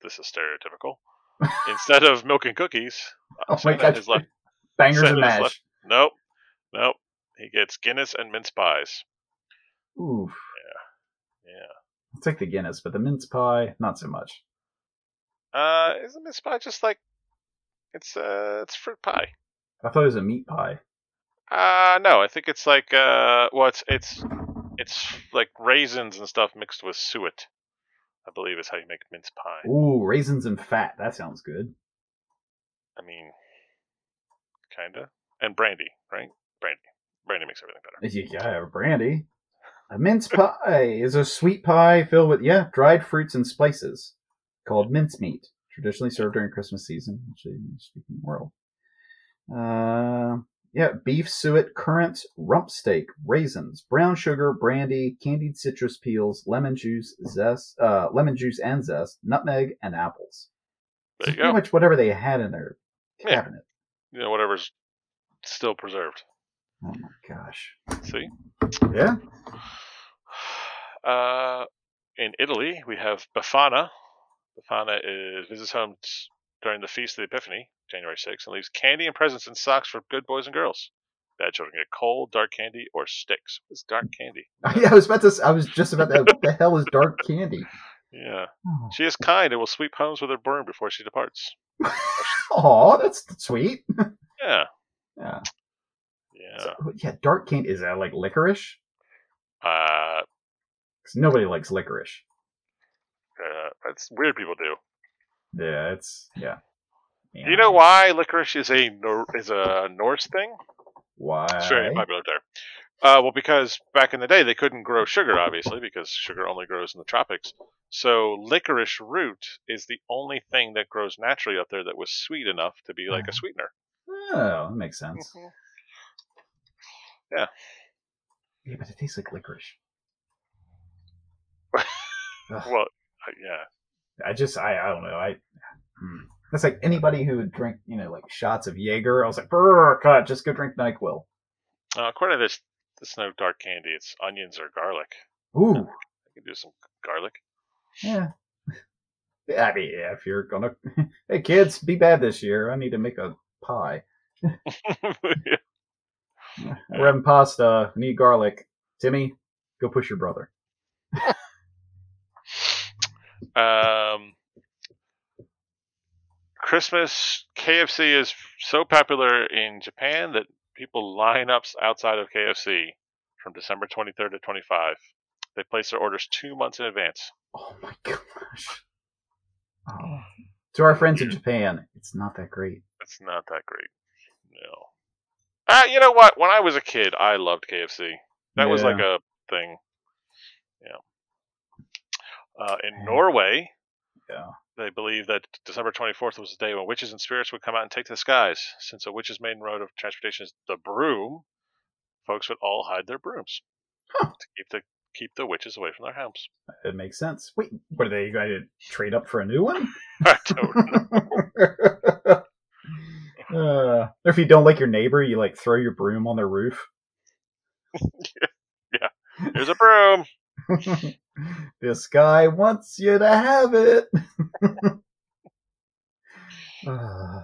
S2: this is stereotypical. Instead of milk and cookies,
S3: Oh my
S2: Santa
S3: gosh.
S2: has left-
S3: Bangers
S2: Santa
S3: and
S2: has
S3: mash.
S2: left- nope, nope. He gets Guinness and mince pies.
S3: Ooh.
S2: Yeah.
S3: I'll take the Guinness, but the mince pie, not so much.
S2: Uh, isn't mince pie just like it's uh it's fruit pie?
S3: I thought it was a meat pie.
S2: Uh, no, I think it's like uh, well, it's it's it's like raisins and stuff mixed with suet. I believe is how you make mince pie.
S3: Ooh, raisins and fat. That sounds good.
S2: I mean, kinda. And brandy, right? Brandy, brandy makes everything better.
S3: If You gotta have brandy. A mince pie is a sweet pie filled with, yeah, dried fruits and spices called mincemeat, traditionally served during Christmas season, actually in the speaking world. Uh, yeah, beef suet, currants, rump steak, raisins, brown sugar, brandy, candied citrus peels, lemon juice, zest, uh, lemon juice and zest, nutmeg, and apples.
S2: There you
S3: Pretty
S2: go.
S3: much whatever they had in their
S2: Yeah.
S3: cabinet.
S2: You know, whatever's still preserved.
S3: Oh my gosh.
S2: See.
S3: Yeah.
S2: Uh, in Italy, we have Befana. Befana is, visits home t- during the Feast of the Epiphany, January 6th, and leaves candy and presents in socks for good boys and girls. Bad children get coal, dark candy, or sticks. What's dark candy?
S3: Yeah, I was about to. s- I was just about to. What the hell is dark candy?
S2: Yeah. She is kind and will sweep homes with her broom before she departs.
S3: Aw, that's sweet.
S2: Yeah.
S3: Yeah.
S2: Yeah.
S3: So, yeah, dark candy is that like licorice?
S2: Uh,
S3: 'Cause nobody likes licorice.
S2: uh, that's weird people do.
S3: Yeah, it's yeah.
S2: Do You know why licorice is a Nor- is a Norse thing?
S3: why?
S2: It's very popular there. Uh, well, because back in the day they couldn't grow sugar, obviously, because sugar only grows in the tropics. So licorice root is the only thing that grows naturally up there that was sweet enough to be like a sweetener.
S3: Oh, that makes sense.
S2: Yeah.
S3: Yeah, but it tastes like licorice.
S2: Well, uh, yeah,
S3: I just, I, I don't know. I hmm. that's like anybody who would drink, you know, like shots of Jaeger. I was like, "Brr, God, just go drink Nyquil.
S2: uh, according to this, it's no dark candy. It's onions or garlic.
S3: Ooh,
S2: I can do some garlic.
S3: yeah. Yeah, I mean, yeah, if you're gonna, hey kids, be bad this year. I need to make a pie. We're having pasta. I need garlic. Timmy, go push your brother.
S2: Um, Christmas KFC is so popular in Japan that people line up outside of KFC from December 23rd to 25. They place their orders two months in advance.
S3: Oh my gosh. Oh. To our friends in Japan, it's not that great.
S2: It's not that great. No. Uh, you know what? When I was a kid, I loved KFC. That was
S3: Yeah.
S2: like a thing. Yeah. Uh, in
S3: Yeah.
S2: Norway,
S3: Yeah.
S2: they believe that December 24th was the day when witches and spirits would come out and take to the skies. Since a witch's main road of transportation is the broom, folks would all hide their brooms
S3: Huh.
S2: to keep the keep the witches away from their homes.
S3: It makes sense. Wait, what are they going to trade up for a new one?
S2: I don't know.
S3: Uh, or if you don't like your neighbor, you like throw your broom on their roof.
S2: Here's a broom.
S3: this guy wants you to have it. Uh,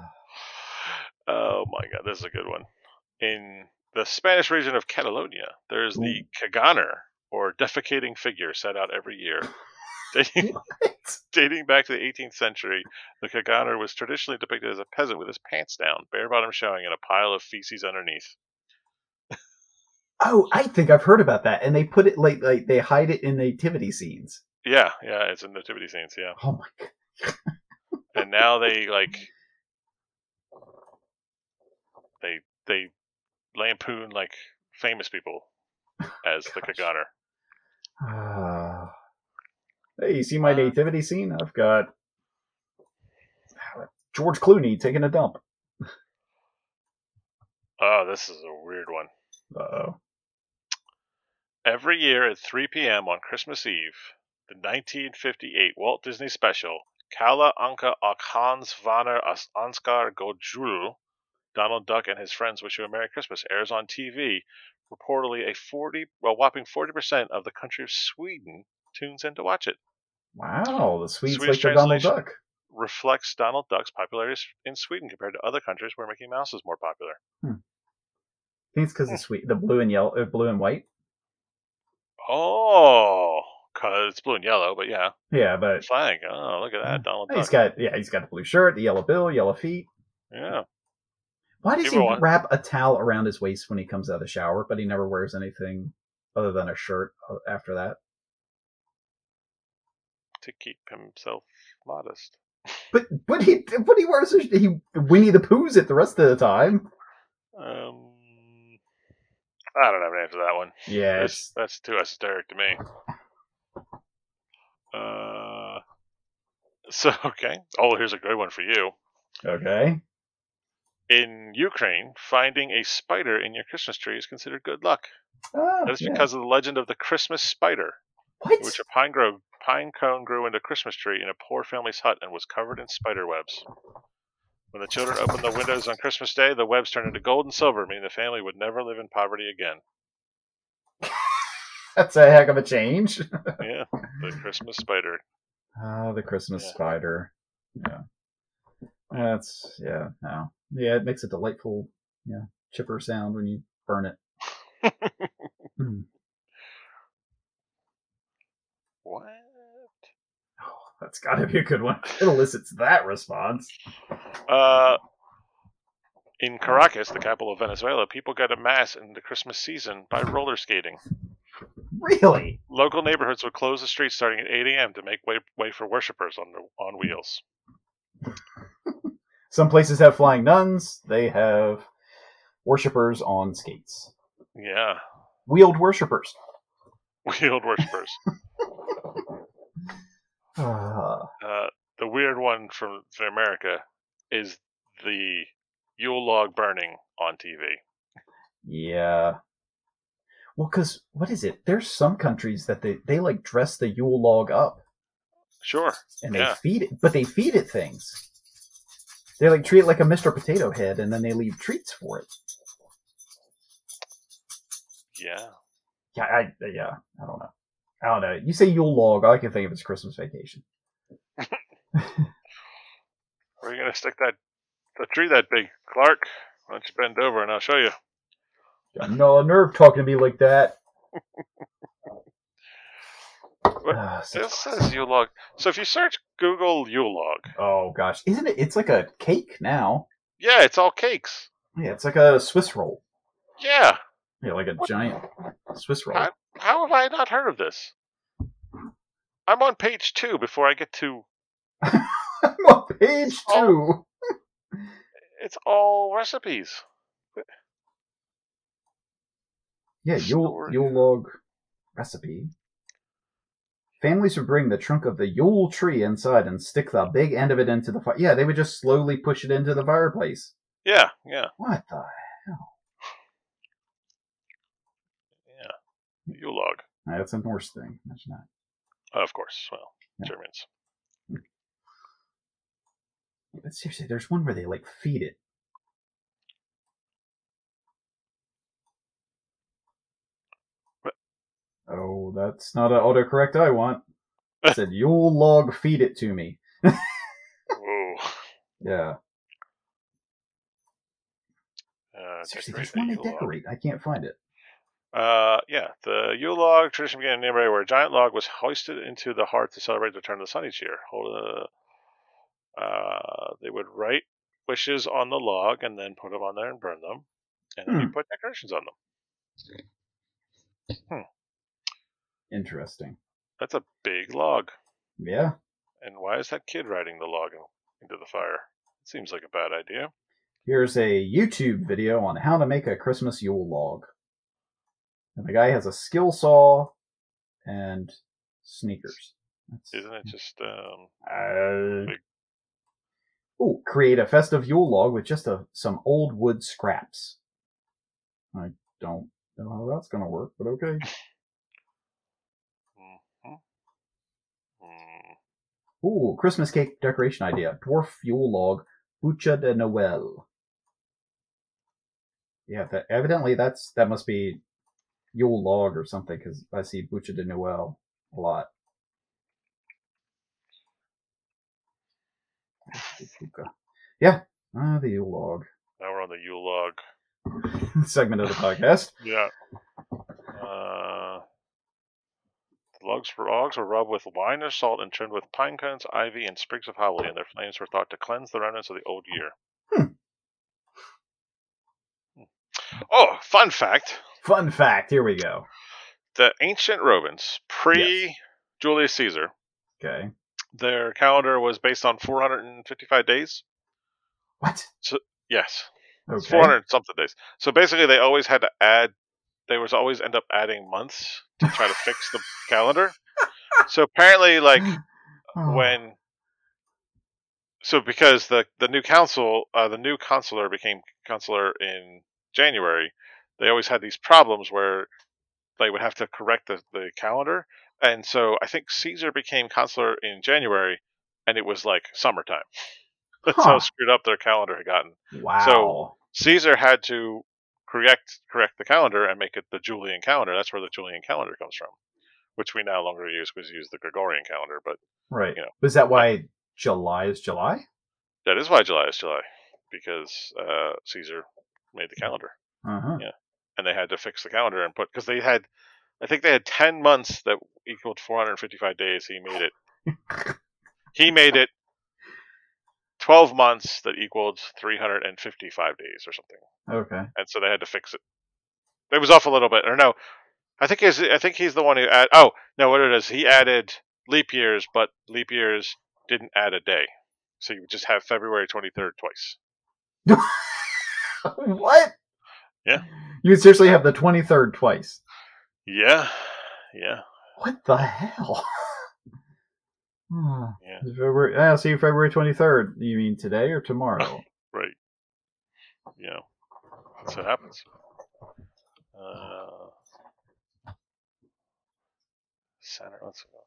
S2: Oh my god, this is a good one. In the Spanish region of Catalonia, there's the caganer or defecating figure set out every year. Dating
S3: what?
S2: Dating back to the 18th century, the kaganer was traditionally depicted as a peasant with his pants down, bare bottom showing, and a pile of feces underneath.
S3: Oh, I think I've heard about that. And they put it like like they hide it in nativity scenes.
S2: Yeah, yeah, it's in nativity scenes, yeah.
S3: Oh my god.
S2: And now they like they they lampoon like famous people as the
S3: Gosh.
S2: kaganer.
S3: Uh, hey, you see my nativity scene? I've got George Clooney taking a dump.
S2: Oh, this is a weird one.
S3: Uh-oh.
S2: Every year at 3 p.m. on Christmas Eve, the 1958 Walt Disney special, Kala Anka och Hans Vanner as Anskar Gojul, Donald Duck and his friends wish you a Merry Christmas, airs on TV. Reportedly, a 40, a whopping 40% of the country of Sweden tunes in to watch it.
S3: Wow, the Swedes
S2: Swedish
S3: like the Donald
S2: translation.
S3: Duck.
S2: Reflects Donald Duck's popularity in Sweden compared to other countries where Mickey Mouse is more popular.
S3: I think it's because the sweet, the blue and yellow, uh, blue and white.
S2: Oh, 'cause it's blue and yellow, but yeah.
S3: Yeah, but
S2: Flag. Oh, look at that. Donald
S3: he's
S2: Duck.
S3: got yeah, he's got the blue shirt, the yellow bill, yellow feet.
S2: Yeah.
S3: Why does
S2: Give
S3: he
S2: it one.
S3: wrap a towel around his waist when he comes out of the shower, but he never wears anything other than a shirt uh, after that?
S2: to keep himself modest.
S3: But but he but he wears his, he Winnie the Pooh's it the rest of the time.
S2: Um, I don't have an answer to that one.
S3: Yeah,
S2: That's,
S3: it's,
S2: that's too esoteric to me. Uh, so okay. Oh, here's a good one for you.
S3: okay.
S2: In Ukraine, finding a spider in your Christmas tree is considered good luck.
S3: Ah,
S2: That is
S3: yeah.
S2: because of the legend of the Christmas spider,
S3: what?
S2: in which a pine grove pine cone grew into a Christmas tree in a poor family's hut and was covered in spider webs. When the children opened the windows on Christmas Day, the webs turned into gold and silver, meaning the family would never live in poverty again.
S3: That's a heck of a change.
S2: yeah, the Christmas spider.
S3: Ah, the Christmas
S2: Yeah.
S3: spider. Yeah, that's yeah. No, yeah, it makes a delightful yeah chipper sound when you burn it. Hmm.
S2: What?
S3: Oh, that's got to be a good one. It elicits that response.
S2: Uh, in Caracas, the capital of Venezuela, people go to mass in the Christmas season by roller skating.
S3: Really?
S2: Local neighborhoods would close the streets starting at 8 a.m. to make way, way for worshippers on the, on wheels.
S3: Some places have flying nuns. They have worshippers on skates.
S2: Yeah,
S3: Wheeled worshippers.
S2: wheeled worshippers.
S3: Ah,
S2: Uh, the weird one from, from America is the Yule log burning on TV.
S3: yeah. Well, because what is it? There's some countries that they, they like dress the Yule log up.
S2: Sure.
S3: and they
S2: Yeah.
S3: feed it, but they feed it things. They like treat it like a Mr. Potato Head, and then they leave treats for it.
S2: Yeah.
S3: Yeah, I yeah, I don't know. I don't know. You say Yule log, all I can think of is Christmas vacation.
S2: Where are you gonna stick that the tree that big, Clark? Why don't you bend over and I'll show you.
S3: Got no nerve talking to me like that. Ah, so-
S2: This says Yule log. So if you search Google Yule log,
S3: oh gosh, isn't it? It's like a cake now.
S2: yeah, it's all cakes.
S3: Yeah, it's like a Swiss roll.
S2: Yeah.
S3: Yeah, like a giant Swiss roll.
S2: I- How have I not heard of this? I'm on page two before I get to.
S3: I'm on page two.
S2: Oh. It's all recipes.
S3: Yeah, Yule,
S2: Story.
S3: Yule log recipe. Families would bring the trunk of the Yule tree inside and stick the big end of it into the fire. Yeah, they would just slowly push it into the fireplace.
S2: Yeah, yeah,
S3: What the?
S2: Yule log.
S3: That's a Norse thing. Imagine that.
S2: Of course. Well,
S3: Yeah.
S2: Germans.
S3: But seriously, there's one where they like feed it.
S2: What?
S3: Oh, that's not an autocorrect I want. It said Yule log, feed it to me.
S2: Whoa.
S3: Yeah.
S2: Uh,
S3: Seriously,
S2: decorate
S3: there's
S2: the
S3: one they
S2: Yule log.
S3: decorate. I can't find it.
S2: Uh, yeah, the Yule log tradition began in Nuremberg, where a giant log was hoisted into the hearth to celebrate the return of the sun each year. Hold, uh, uh, they would write wishes on the log and then put them on there and burn them, and then you put decorations on them.
S3: Interesting.
S2: That's a big log.
S3: Yeah.
S2: And why is that kid riding the log in- into the fire? Seems like a bad idea.
S3: Here's a YouTube video on how to make a Christmas Yule log. And the guy has a skill saw and sneakers. That's-
S2: Isn't it just um,
S3: Uh, oh, create a festive Yule log with just a, some old wood scraps. I don't know how that's going to work, but okay.
S2: mm,
S3: Ooh, Christmas cake decoration idea. Dwarf Yule log, Bucha de Noel. Yeah, that, evidently that's that must be Yule log or something because I see Bucha de Noel a lot. Yeah, uh, the Yule log
S2: now we're on the Yule log?
S3: segment of the podcast.
S2: Yeah. Uh, the logs were logs were rubbed with wine or salt and trimmed with pine cones, ivy, and sprigs of holly, and their flames were thought to cleanse the remnants of the old year. Oh, fun fact:
S3: Fun fact. Here we go.
S2: the ancient Romans, pre Julius Caesar,
S3: Okay.
S2: their calendar was based on 455 days.
S3: What?
S2: Yes, it's
S3: Okay.
S2: 400 something days. So basically, they always had to add. They was always end up adding months to try to fix the calendar. So apparently, like
S3: Oh,
S2: when. So because the the new council, uh, the new consular became consular in January, they always had these problems where they would have to correct the, the calendar, and so I think Caesar became consular in January, and it was like summertime. That's how
S3: Huh.
S2: screwed up their calendar had gotten.
S3: Wow.
S2: so- Caesar had to correct correct the calendar and make it the Julian calendar. That's where the Julian calendar comes from, which we no longer use because we use the Gregorian calendar. But
S3: right.
S2: you know.
S3: Was that why July is July?
S2: that is why July is July because uh, Caesar made the calendar,
S3: Uh huh.
S2: and they had to fix the calendar and put because they had, I think they had ten months that equaled 455 days. He made it. he made it. Twelve months that equaled 355 days or something,
S3: Okay.
S2: and so they had to fix it. It was off a little bit, or no? I think he's I think he's the one who add. Oh no, what it is? He added leap years, but leap years didn't add a day, so you would just have February 23rd twice.
S3: what?
S2: Yeah.
S3: You would seriously have the 23rd twice.
S2: Yeah, yeah.
S3: What the hell? Ah,
S2: Yeah.
S3: it's February, ah, see, February 23rd. You mean today or tomorrow?
S2: Right. You know, that's what happens. Uh, center. Let's go.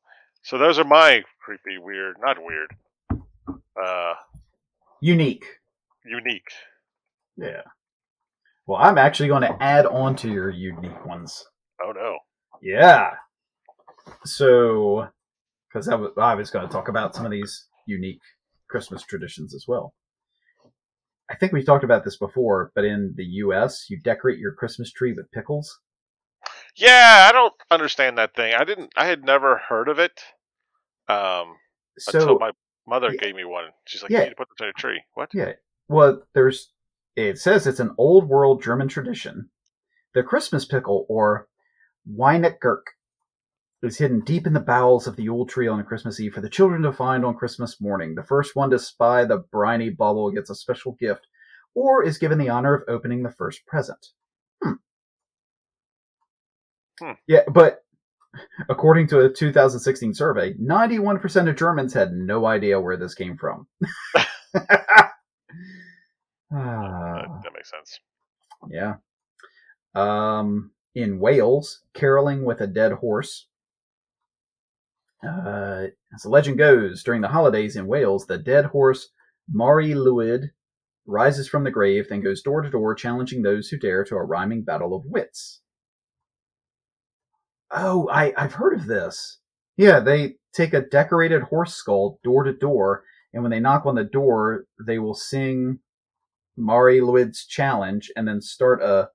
S2: So those are my creepy, weird, not weird, uh,
S3: Unique.
S2: unique.
S3: Yeah. Well, I'm actually going to add on to your unique ones.
S2: Oh no.
S3: Yeah. So, because I was, I was going to talk about some of these unique Christmas traditions as well. I think we've talked about this before, but in the U.S., you decorate your Christmas tree with pickles.
S2: Yeah, I don't understand that thing. I didn't. I had never heard of it um, until
S3: So,
S2: my mother
S3: Yeah.
S2: gave me one. She's like,
S3: Yeah.
S2: "You need to put this on your tree." What?
S3: yeah. Well, there's. It says it's an old world German tradition. The Christmas pickle, or Weinetgurk, is hidden deep in the bowels of the old tree on Christmas Eve for the children to find on Christmas morning. The first one to spy the briny bubble gets a special gift, or is given the honor of opening the first present. Hmm.
S2: Hmm.
S3: Yeah, but according to a 2016 survey, 91% of Germans had no idea where this came from.
S2: Uh,
S3: Ah,
S2: that makes sense.
S3: yeah. Um, in Wales, caroling with a dead horse. Uh, as the legend goes, during the holidays in Wales, the dead horse Mari Luid rises from the grave, then goes door to door, challenging those who dare to a rhyming battle of wits. Oh, I, I've heard of this. Yeah, they take a decorated horse skull door to door, and when they knock on the door, they will sing Mari Luid's challenge and then start a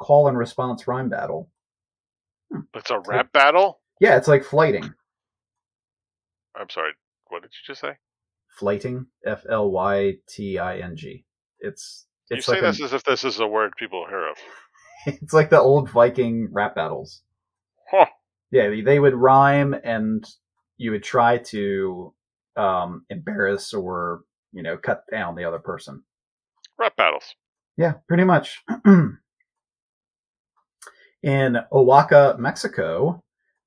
S3: call and response rhyme battle.
S2: It's a rap battle.
S3: Yeah, it's like flighting.
S2: I'm sorry. What did you just say?
S3: Flighting. F L Y T I N G. It's
S2: You
S3: it's
S2: say
S3: like
S2: this
S3: a-
S2: as if this is a word people hear of.
S3: it's like the old Viking rap battles.
S2: Huh.
S3: Yeah, they- they would rhyme and you would try to um embarrass or, you know, cut down the other person.
S2: Rap battles.
S3: Yeah, pretty much. In Oaxaca, Mexico,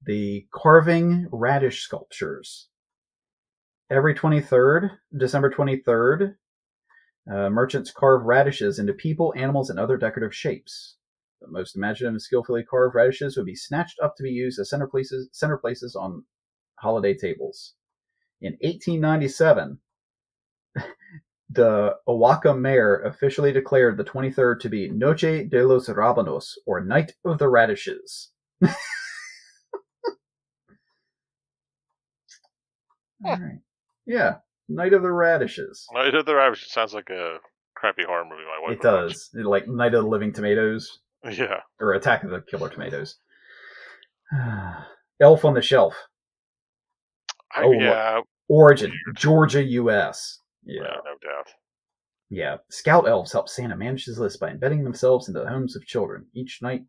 S3: the carving radish sculptures. Every 23rd, December 23rd, uh, merchants carve radishes into people, animals, and other decorative shapes. The most imaginative and skillfully carved radishes would be snatched up to be used as centerpieces, centerpieces on holiday tables. In 1897, the Oaxaca mayor officially declared the 23rd to be Noche de los Rábanos, or Night of the Radishes. All right. Yeah, Night of the Radishes.
S2: Uh, It, the average sounds like a crappy horror movie. My wife
S3: It
S2: would watch.
S3: does. It, like Night of the Living Tomatoes,
S2: Yeah.
S3: or Attack of the Killer Tomatoes. Elf on the Shelf.
S2: I,
S3: Oh, what-
S2: yeah.
S3: Origin, Georgia, U.S. Yeah.
S2: yeah. No doubt.
S3: Yeah, scout elves help Santa manage his list by embedding themselves into the homes of children each night.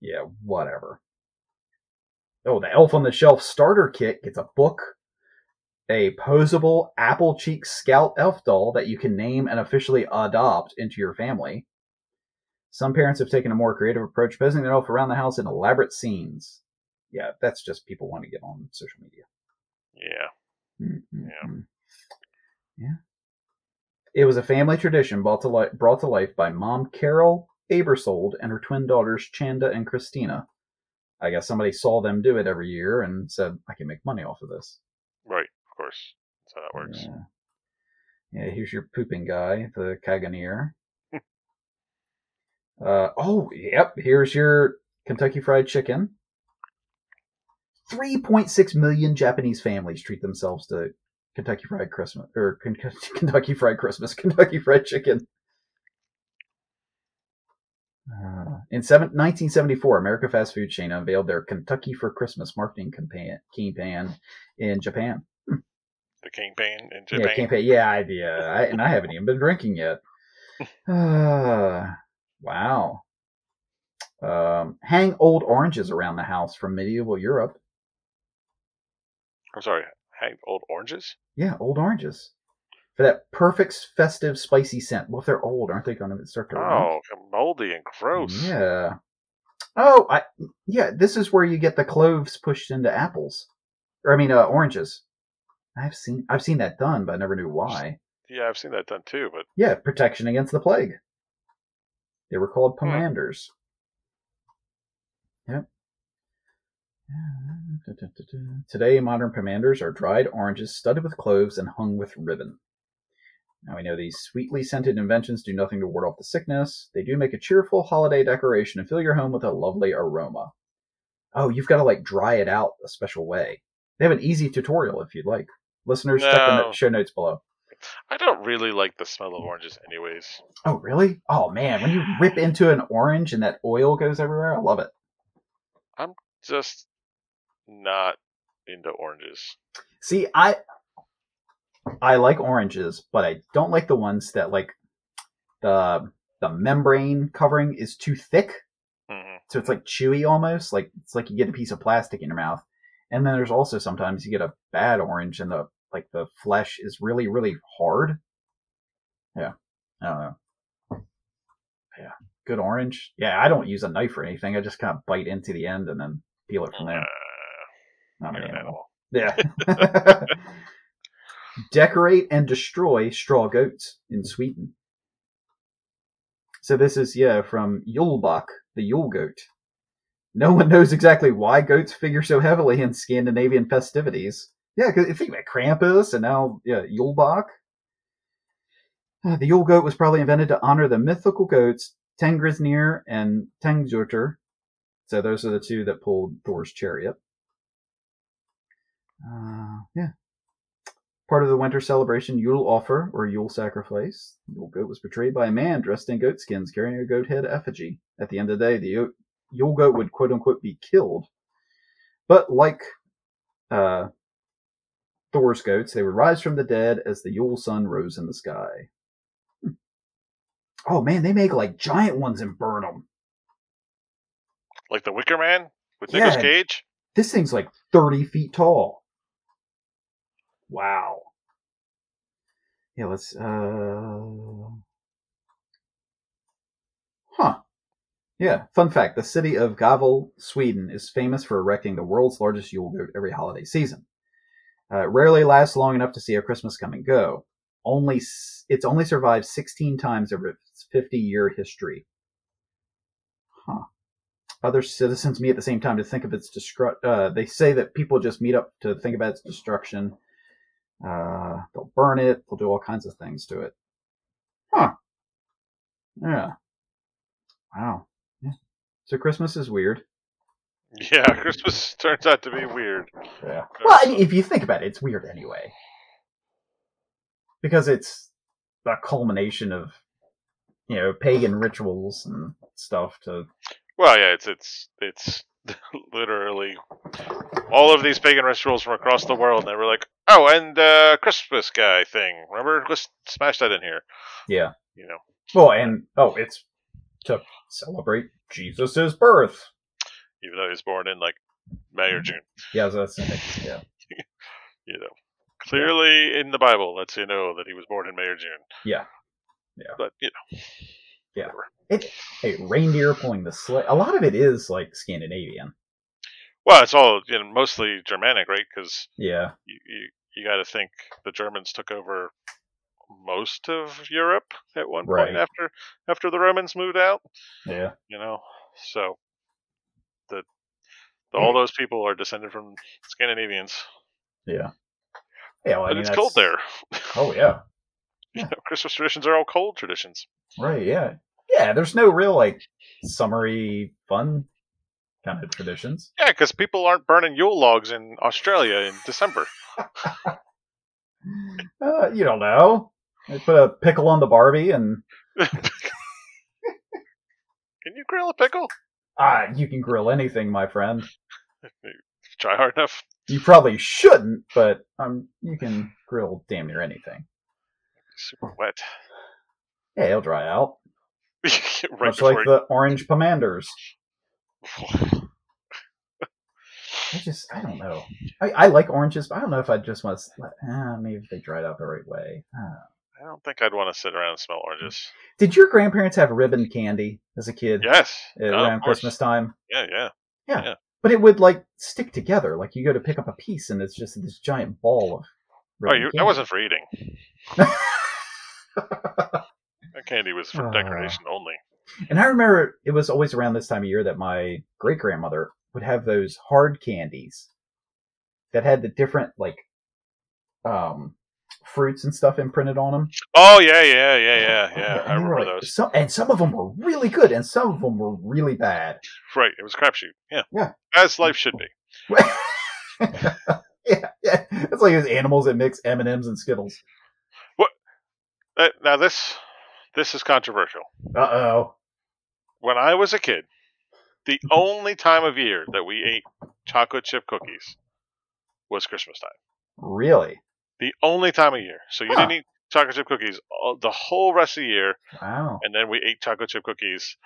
S3: Yeah, whatever. Oh, the elf on the shelf starter kit gets a book, a posable apple cheek scout elf doll that you can name and officially adopt into your family. Some parents have taken a more creative approach, posing their elf around the house in elaborate scenes. Yeah, that's just people want to get on social media.
S2: Yeah. Yeah.
S3: Mm-hmm. Yeah. It was a family tradition brought to, li- brought to life by mom Carol Abersold and her twin daughters Chanda and Christina. I guess somebody saw them do it every year and said, I can make money off of this.
S2: Right. Of course. That's how that works.
S3: Mm. Yeah, yeah here's your pooping guy, the Caganeer. uh, oh, yep, here's your Kentucky Fried Chicken. 3.6 million Japanese families treat themselves to Kentucky Fried Christmas, or Ken- Kentucky Fried Christmas, Kentucky Fried Chicken. Uh, In seven, 1974, America Fast Food Chain unveiled their Kentucky for Christmas marketing campaign, campaign in Japan.
S2: The King Pain in Japan.
S3: Yeah, campaign. Yeah, idea. I, and I haven't even been drinking yet. Uh, wow. Um, hang old oranges around the house from medieval Europe.
S2: I'm sorry. Hang old oranges?
S3: Yeah, old oranges. For that perfect festive spicy scent. Well, if they're old, aren't they going to start to rot?
S2: Oh, moldy and gross.
S3: Yeah. Oh, I yeah. This is where you get the cloves pushed into apples, or I mean, uh, oranges. I've seen I've seen that done, but I never knew why.
S2: Yeah, I've seen that done too, but
S3: Yeah, protection against the plague. They were called
S2: Hmm.
S3: pomanders. Yep. Today, modern pomanders are dried oranges studded with cloves and hung with ribbon. Now we know these sweetly scented inventions do nothing to ward off the sickness. They do make a cheerful holiday decoration and fill your home with a lovely aroma. Oh, you've got to like dry it out a special way. They have an easy tutorial if you'd like. Listeners, check the
S2: No.
S3: no- show notes below.
S2: I don't really like the smell of oranges anyways.
S3: Oh, really? Oh, man. When you rip into an orange and that oil goes everywhere, I love it.
S2: Just not into oranges.
S3: See, I I like oranges, but I don't like the ones that like the the membrane covering is too thick,
S2: hmm
S3: so it's like chewy almost, like it's like you get a piece of plastic in your mouth. And then there's also sometimes you get a bad orange and the like the flesh is really really hard. Yeah. I don't know. Yeah. Good orange. Yeah, I don't use a knife or anything. I just kind of bite into the end and then peel it from
S2: Uh,
S3: there. Not
S2: you're
S3: an
S2: an
S3: animal.
S2: animal.
S3: Yeah. Decorate and destroy straw goats in Sweden. So this is yeah from Yulbach, the Yule goat. No one knows exactly why goats figure so heavily in Scandinavian festivities. Yeah, 'cause if you think about Krampus and now yeah Yulbach. Uh, the Yule goat was probably invented to honor the mythical goats Tengrisnir and Tengjotur. So those are the two that pulled Thor's chariot. Uh, yeah. Part of the winter celebration, Yule offer or Yule sacrifice. Yule goat was portrayed by a man dressed in goat skins carrying a goat head effigy. At the end of the day, the Yo- Yule goat would quote unquote be killed. But like uh, Thor's goats, they would rise from the dead as the Yule sun rose in the sky. Hmm. Oh man, they make like giant ones and burn them.
S2: Like the Wicker Man with
S3: Yeah.
S2: Nicolas Cage.
S3: This thing's like 30 feet tall. Wow. Yeah, let's. Uh... Huh. Yeah, fun fact the city of Gavel, Sweden, is famous for erecting the world's largest Yule goat every holiday season. Uh, it rarely lasts long enough to see a Christmas come and go. Only s- It's only survived 16 times over its 50 year history other citizens meet at the same time to think of its destruct. Uh, they say that people just meet up to think about its destruction. Uh, they'll burn it. They'll do all kinds of things to it. Huh. Yeah. Wow. Yeah. So Christmas is weird.
S2: Yeah, Christmas turns out to be weird.
S3: Yeah. Well, I mean, if you think about it, it's weird anyway. Because it's a culmination of, you know, pagan rituals and stuff to
S2: Well, yeah, it's it's it's literally all of these pagan rituals from across the world. And they were like, oh, and uh, Christmas guy thing. Remember, let's smash that in here.
S3: Yeah.
S2: You know,
S3: Well, and oh, it's to celebrate Jesus' birth.
S2: even though he was born in like May or
S3: Mm-hmm.
S2: June.
S3: Yeah, so that's the thing. Yeah,
S2: You know, clearly in the Bible lets you know that he was born in May or June.
S3: yeah.
S2: But you
S3: Hey, reindeer pulling the sleigh. A lot of it is like Scandinavian.
S2: Well, it's all you know, mostly Germanic, right? Because
S3: Yeah,
S2: you you, you got to think the Germans took over most of Europe at one
S3: Right.
S2: point after after the Romans moved out.
S3: yeah,
S2: You know, so the, the
S3: Hmm.
S2: all those people are descended from Scandinavians,
S3: yeah. Yeah, well, I
S2: but
S3: mean,
S2: it's
S3: that's-
S2: cold there.
S3: Oh yeah,
S2: You know, Christmas traditions are all cold traditions.
S3: right. Yeah, yeah. There's no real like summery fun kind of traditions.
S2: Yeah, because people aren't burning Yule logs in Australia in December.
S3: Uh, you don't know. They put a pickle on the Barbie and
S2: Can you grill a pickle?
S3: Ah, you can grill anything, my friend.
S2: Try hard enough.
S3: You probably shouldn't, but um, you can grill damn near anything.
S2: Super wet.
S3: Yeah, it'll dry out.
S2: right
S3: much like
S2: before
S3: the orange pomanders.
S2: you-
S3: I just, I don't know. I, I like oranges, but I don't know if I just want to. Uh, maybe if they dried out the right way. Ah.
S2: I don't think I'd want to sit around and smell oranges.
S3: Did your grandparents have ribbon candy as a kid
S2: Yes.
S3: uh,
S2: Yeah, of
S3: around
S2: course.
S3: Christmas time?
S2: Yeah, yeah.
S3: But it would like stick together. Like you go to pick up a piece, and it's just this giant ball of.
S2: Oh,
S3: ribbon
S2: you, that
S3: candy.
S2: wasn't for eating. That candy was for
S3: Ah.
S2: decoration only.
S3: And I remember it was always around this time of year that my great grandmother would have those hard candies that had the different like um fruits and stuff imprinted on them.
S2: Oh yeah, yeah, yeah, yeah, yeah. I
S3: And they were
S2: remember
S3: like-
S2: those.
S3: Some, and some of them were really good, and some of them were really bad.
S2: Right, it was crapshoot. Yeah.
S3: Yeah.
S2: As life should be.
S3: yeah, yeah, it's like those animals that mix M and M's and Skittles.
S2: Uh, now this this is controversial.
S3: Uh oh.
S2: When I was a kid, the
S3: Mm-hmm.
S2: only time of year that we ate chocolate chip cookies was Christmas time.
S3: Really?
S2: The only time of year. So you
S3: Huh.
S2: didn't eat chocolate chip cookies all, the whole rest of the year,
S3: Wow.
S2: and then we ate chocolate chip cookies.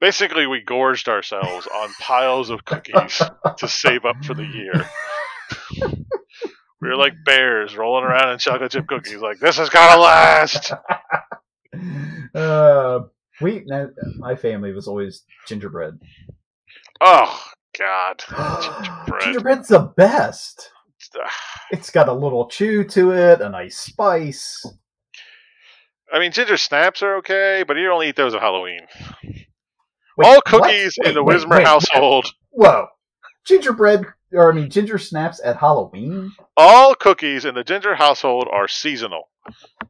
S2: Basically, we gorged ourselves on piles of cookies to save up for the year. We were like bears rolling around in chocolate chip cookies, like, this has got to last.
S3: uh, we now, my family was always gingerbread.
S2: Oh, God. Gingerbread.
S3: Gingerbread's the best.
S2: Ah.
S3: It's got a little chew to it, a nice spice.
S2: I mean, ginger snaps are okay, but you only eat those at Halloween.
S3: Wait,
S2: All
S3: what?
S2: cookies
S3: Wait,
S2: in the
S3: wait,
S2: Wismer
S3: wait.
S2: household,
S3: Whoa, gingerbread, or I mean, ginger snaps at Halloween.
S2: all cookies in the ginger household are seasonal.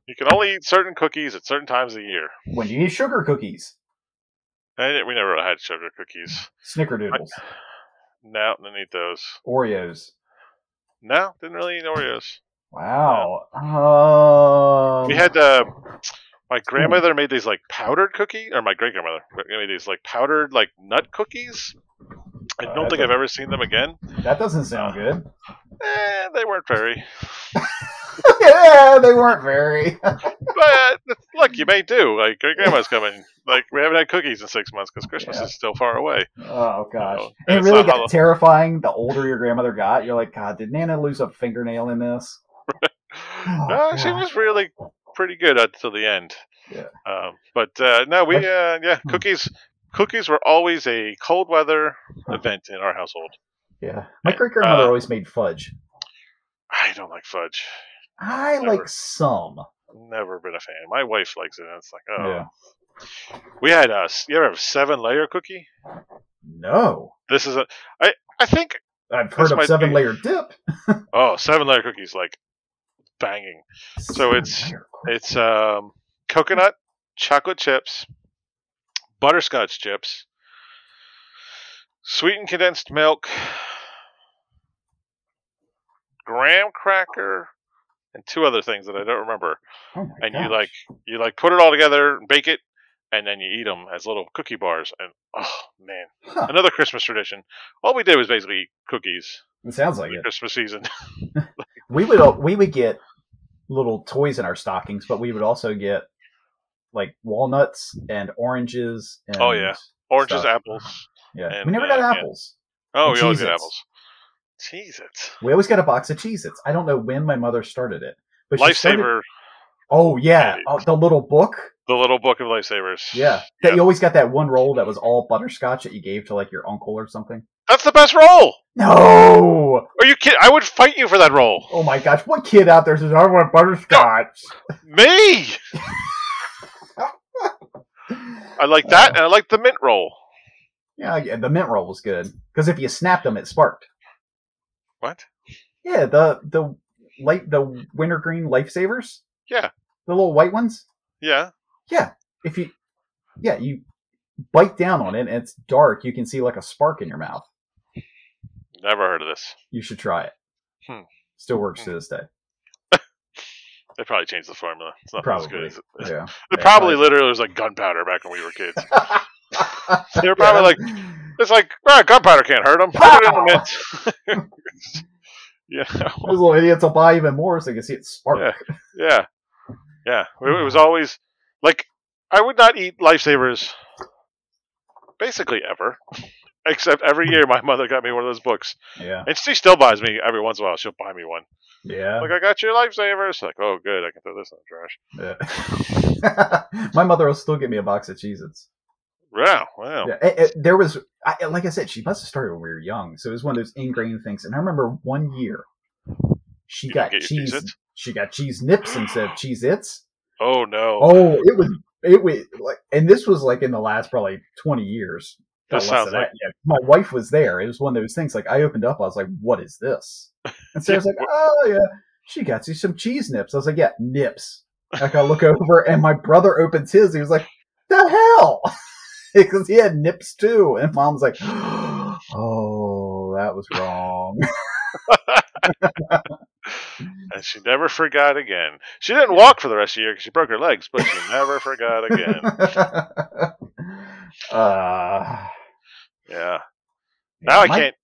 S2: You can only eat certain cookies at certain times of the year.
S3: When do you eat sugar cookies?
S2: And we never had sugar cookies.
S3: Snickerdoodles,
S2: No, didn't eat those.
S3: Oreos.
S2: No, didn't really eat Oreos.
S3: Wow. Um,
S2: We had uh, my grandmother made these like powdered cookie, or my great grandmother made these like powdered like nut cookies. I
S3: Uh,
S2: don't think
S3: that-
S2: I've ever seen them again.
S3: that doesn't
S2: Uh.
S3: sound good.
S2: Eh, they weren't very.
S3: yeah, they weren't very.
S2: but look, you may do. Like great grandma's coming. Like we haven't had cookies in six months because Christmas
S3: Yeah.
S2: is still far away.
S3: oh gosh,
S2: No,
S3: and it
S2: it's
S3: really
S2: not
S3: got
S2: Halloween.
S3: terrifying. The older your grandmother got, you're like, God, did Nana lose a fingernail in this? Oh,
S2: no, she
S3: God.
S2: was really pretty good up till the end.
S3: Yeah. Hmm.
S2: Um, but uh, no, we uh, yeah cookies. Cookies were always a cold weather event in our household.
S3: Yeah, my great grandmother
S2: Uh,
S3: always made fudge.
S2: I don't like fudge.
S3: I
S2: Never.
S3: like some.
S2: Never been a fan. My wife likes it. and It's like oh,
S3: Yeah.
S2: we had us. You ever have seven layer cookie?
S3: No,
S2: This is a. I I think
S3: I've
S2: That's
S3: heard
S2: my
S3: of seven
S2: thing.
S3: layer dip.
S2: oh seven layer cookies like banging. So it's-
S3: Seven-layer cookie.
S2: It's um, coconut, chocolate chips, butterscotch chips, sweetened condensed milk, graham cracker, and two other things that I don't remember.
S3: Oh my
S2: And you
S3: gosh.
S2: like you like put it all together, bake it, and then you eat them as little cookie bars. And oh man,
S3: Huh.
S2: another Christmas tradition. All we did was basically eat cookies
S3: It sounds like
S2: for the
S3: it.
S2: Christmas season.
S3: We would al- we would get little toys in our stockings, but we would also get like walnuts and oranges. And,
S2: Oh, yeah. Oranges,
S3: Stuff.
S2: apples.
S3: yeah.
S2: And,
S3: we never
S2: uh,
S3: got
S2: yeah.
S3: apples.
S2: Oh,
S3: And
S2: we always get
S3: Cheez-Its.
S2: apples. Jeez, it's
S3: We always got a box of Cheez-Its. I don't know when my mother started it, but she
S2: lifesaver.
S3: started- oh yeah, oh, the little book.
S2: The little book of lifesavers.
S3: Yeah, that you always got that one roll that was all butterscotch that you gave to like your uncle or something.
S2: That's the best role.
S3: No,
S2: Are you kidding? I would fight you for that role.
S3: Oh my gosh, what kid out there says, I want butterscotch?
S2: Me. I like that, and I like the mint roll.
S3: yeah, yeah, the mint roll was good. Because if you snapped them, it sparked.
S2: What?
S3: Yeah, the the light the wintergreen lifesavers?
S2: Yeah.
S3: The little white ones?
S2: Yeah.
S3: If you Yeah, you bite down on it and it's dark, you can see like a spark in your mouth.
S2: Never heard of this.
S3: You should try it.
S2: Hmm.
S3: Still works to this day.
S2: They probably changed the formula. It's not as
S3: Probably.
S2: good as it.
S3: Yeah.
S2: It probably literally was like gunpowder back when we were kids. They're probably like, it's like, ah, gunpowder can't hurt them. Put it in the mint. you know?
S3: Those little idiots will buy even more so they can see it spark.
S2: Yeah. Yeah. It, it
S3: Hmm.
S2: was always like I would not eat lifesavers basically ever. Except every year my mother got me one of those books.
S3: Yeah.
S2: And she still buys me every once in a while. She'll buy me one.
S3: Yeah.
S2: Like I got your lifesavers. Like, oh good, I can throw this in the trash.
S3: Yeah. My mother will still give me a box of Cheez-Its.
S2: Wow, wow.
S3: Yeah, it- it- there was, I, like I said, she must have started when we were young, so it was one of those ingrained things. And I remember one year, she
S2: You didn't
S3: got
S2: get your
S3: cheese,
S2: Cheez-Its?
S3: she got cheese nips instead of Cheez-Its.
S2: Oh no.
S3: Oh, it was, it was like, and this was like in the last probably twenty years.
S2: That
S3: No less
S2: sounds
S3: than
S2: like-
S3: yeah. my wife was there. It was one of those things. Like I opened up, I was like, "What is this?" And so I was like, "Oh yeah, she got you some cheese nips." I was like, "Yeah, nips." Like I look over, and my brother opens his. He was like, "The hell." because he had nips too. And mom's like, oh, that was wrong.
S2: And she never forgot again. She didn't walk for the rest of the year because she broke her legs, but she never forgot again.
S3: uh,
S2: Yeah. Now I
S3: my-
S2: can't.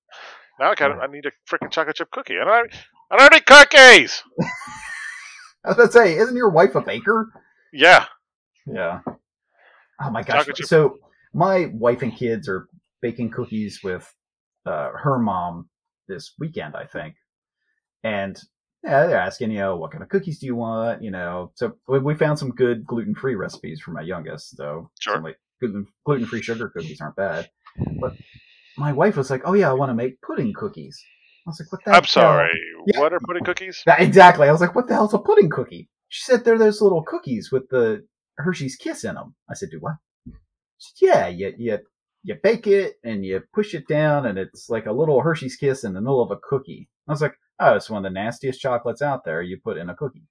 S2: Now I can't. I need a freaking chocolate chip cookie. I don't. Have, I don't have any cookies.
S3: I was about to say, isn't your wife a baker?
S2: Yeah.
S3: Yeah. Oh my gosh.
S2: Chocolate chip-
S3: So my wife and kids are baking cookies with uh, her mom this weekend, I think. And yeah, they're asking, you know, what kind of cookies do you want? You know, so we, we found some good gluten free recipes for my youngest, though.
S2: Sure.
S3: Some, like gluten free sugar cookies aren't bad. But my wife was like, oh yeah, I want to make pudding cookies. I was like, what the
S2: I'm
S3: heck's going on?"
S2: sorry.
S3: Yeah.
S2: What are pudding cookies?
S3: That- exactly. I was like, what the hell's a pudding cookie? She said, they're those little cookies with the Hershey's Kiss in them. I said, do what? She said, yeah, you, you, you bake it and you push it down and it's like a little Hershey's Kiss in the middle of a cookie. I was like, oh, it's one of the nastiest chocolates out there you put in a cookie.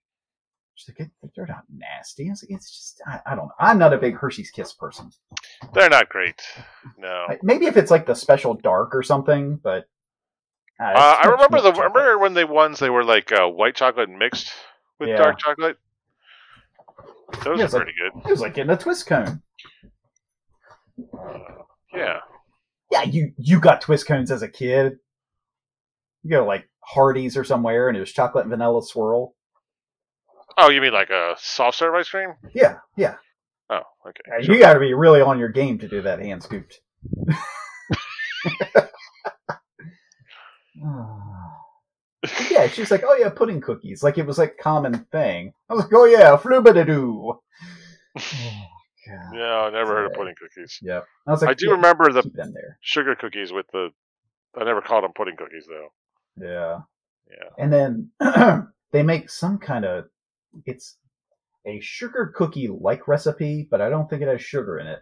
S3: She's like, "It- they're not nasty. I was like, it's just, I, I don't know. I'm not a big Hershey's Kiss person.
S2: They're not great. No.
S3: Like, Maybe if it's like the special dark or something, but. uh, it's
S2: Uh, I
S3: too much
S2: remember
S3: milk
S2: the
S3: chocolate.
S2: remember when they ones they were like uh, white chocolate mixed with
S3: Yeah.
S2: dark chocolate. Those
S3: Yeah,
S2: are
S3: it's like-
S2: pretty good.
S3: It was like getting a twist cone.
S2: Yeah.
S3: yeah, you you got twist cones as a kid. You go like Hardee's or somewhere, and it was chocolate and vanilla swirl.
S2: Oh, you mean like a soft serve ice cream?
S3: Yeah, yeah.
S2: Oh, okay.
S3: Uh, You got to be really on your game to do that hand scooped. yeah, she's like, oh yeah, pudding cookies. Like it was like common thing. I was like, oh yeah, flubadadoo. Oh, God.
S2: No, I never heard of
S3: Sorry.
S2: pudding cookies.
S3: Yep. I was like,
S2: I do
S3: yeah,
S2: remember the
S3: keep them there.
S2: sugar cookies with the. I never called them pudding cookies though.
S3: Yeah.
S2: Yeah.
S3: And then they make some kind of it's a sugar cookie like recipe, but I don't think it has sugar in it.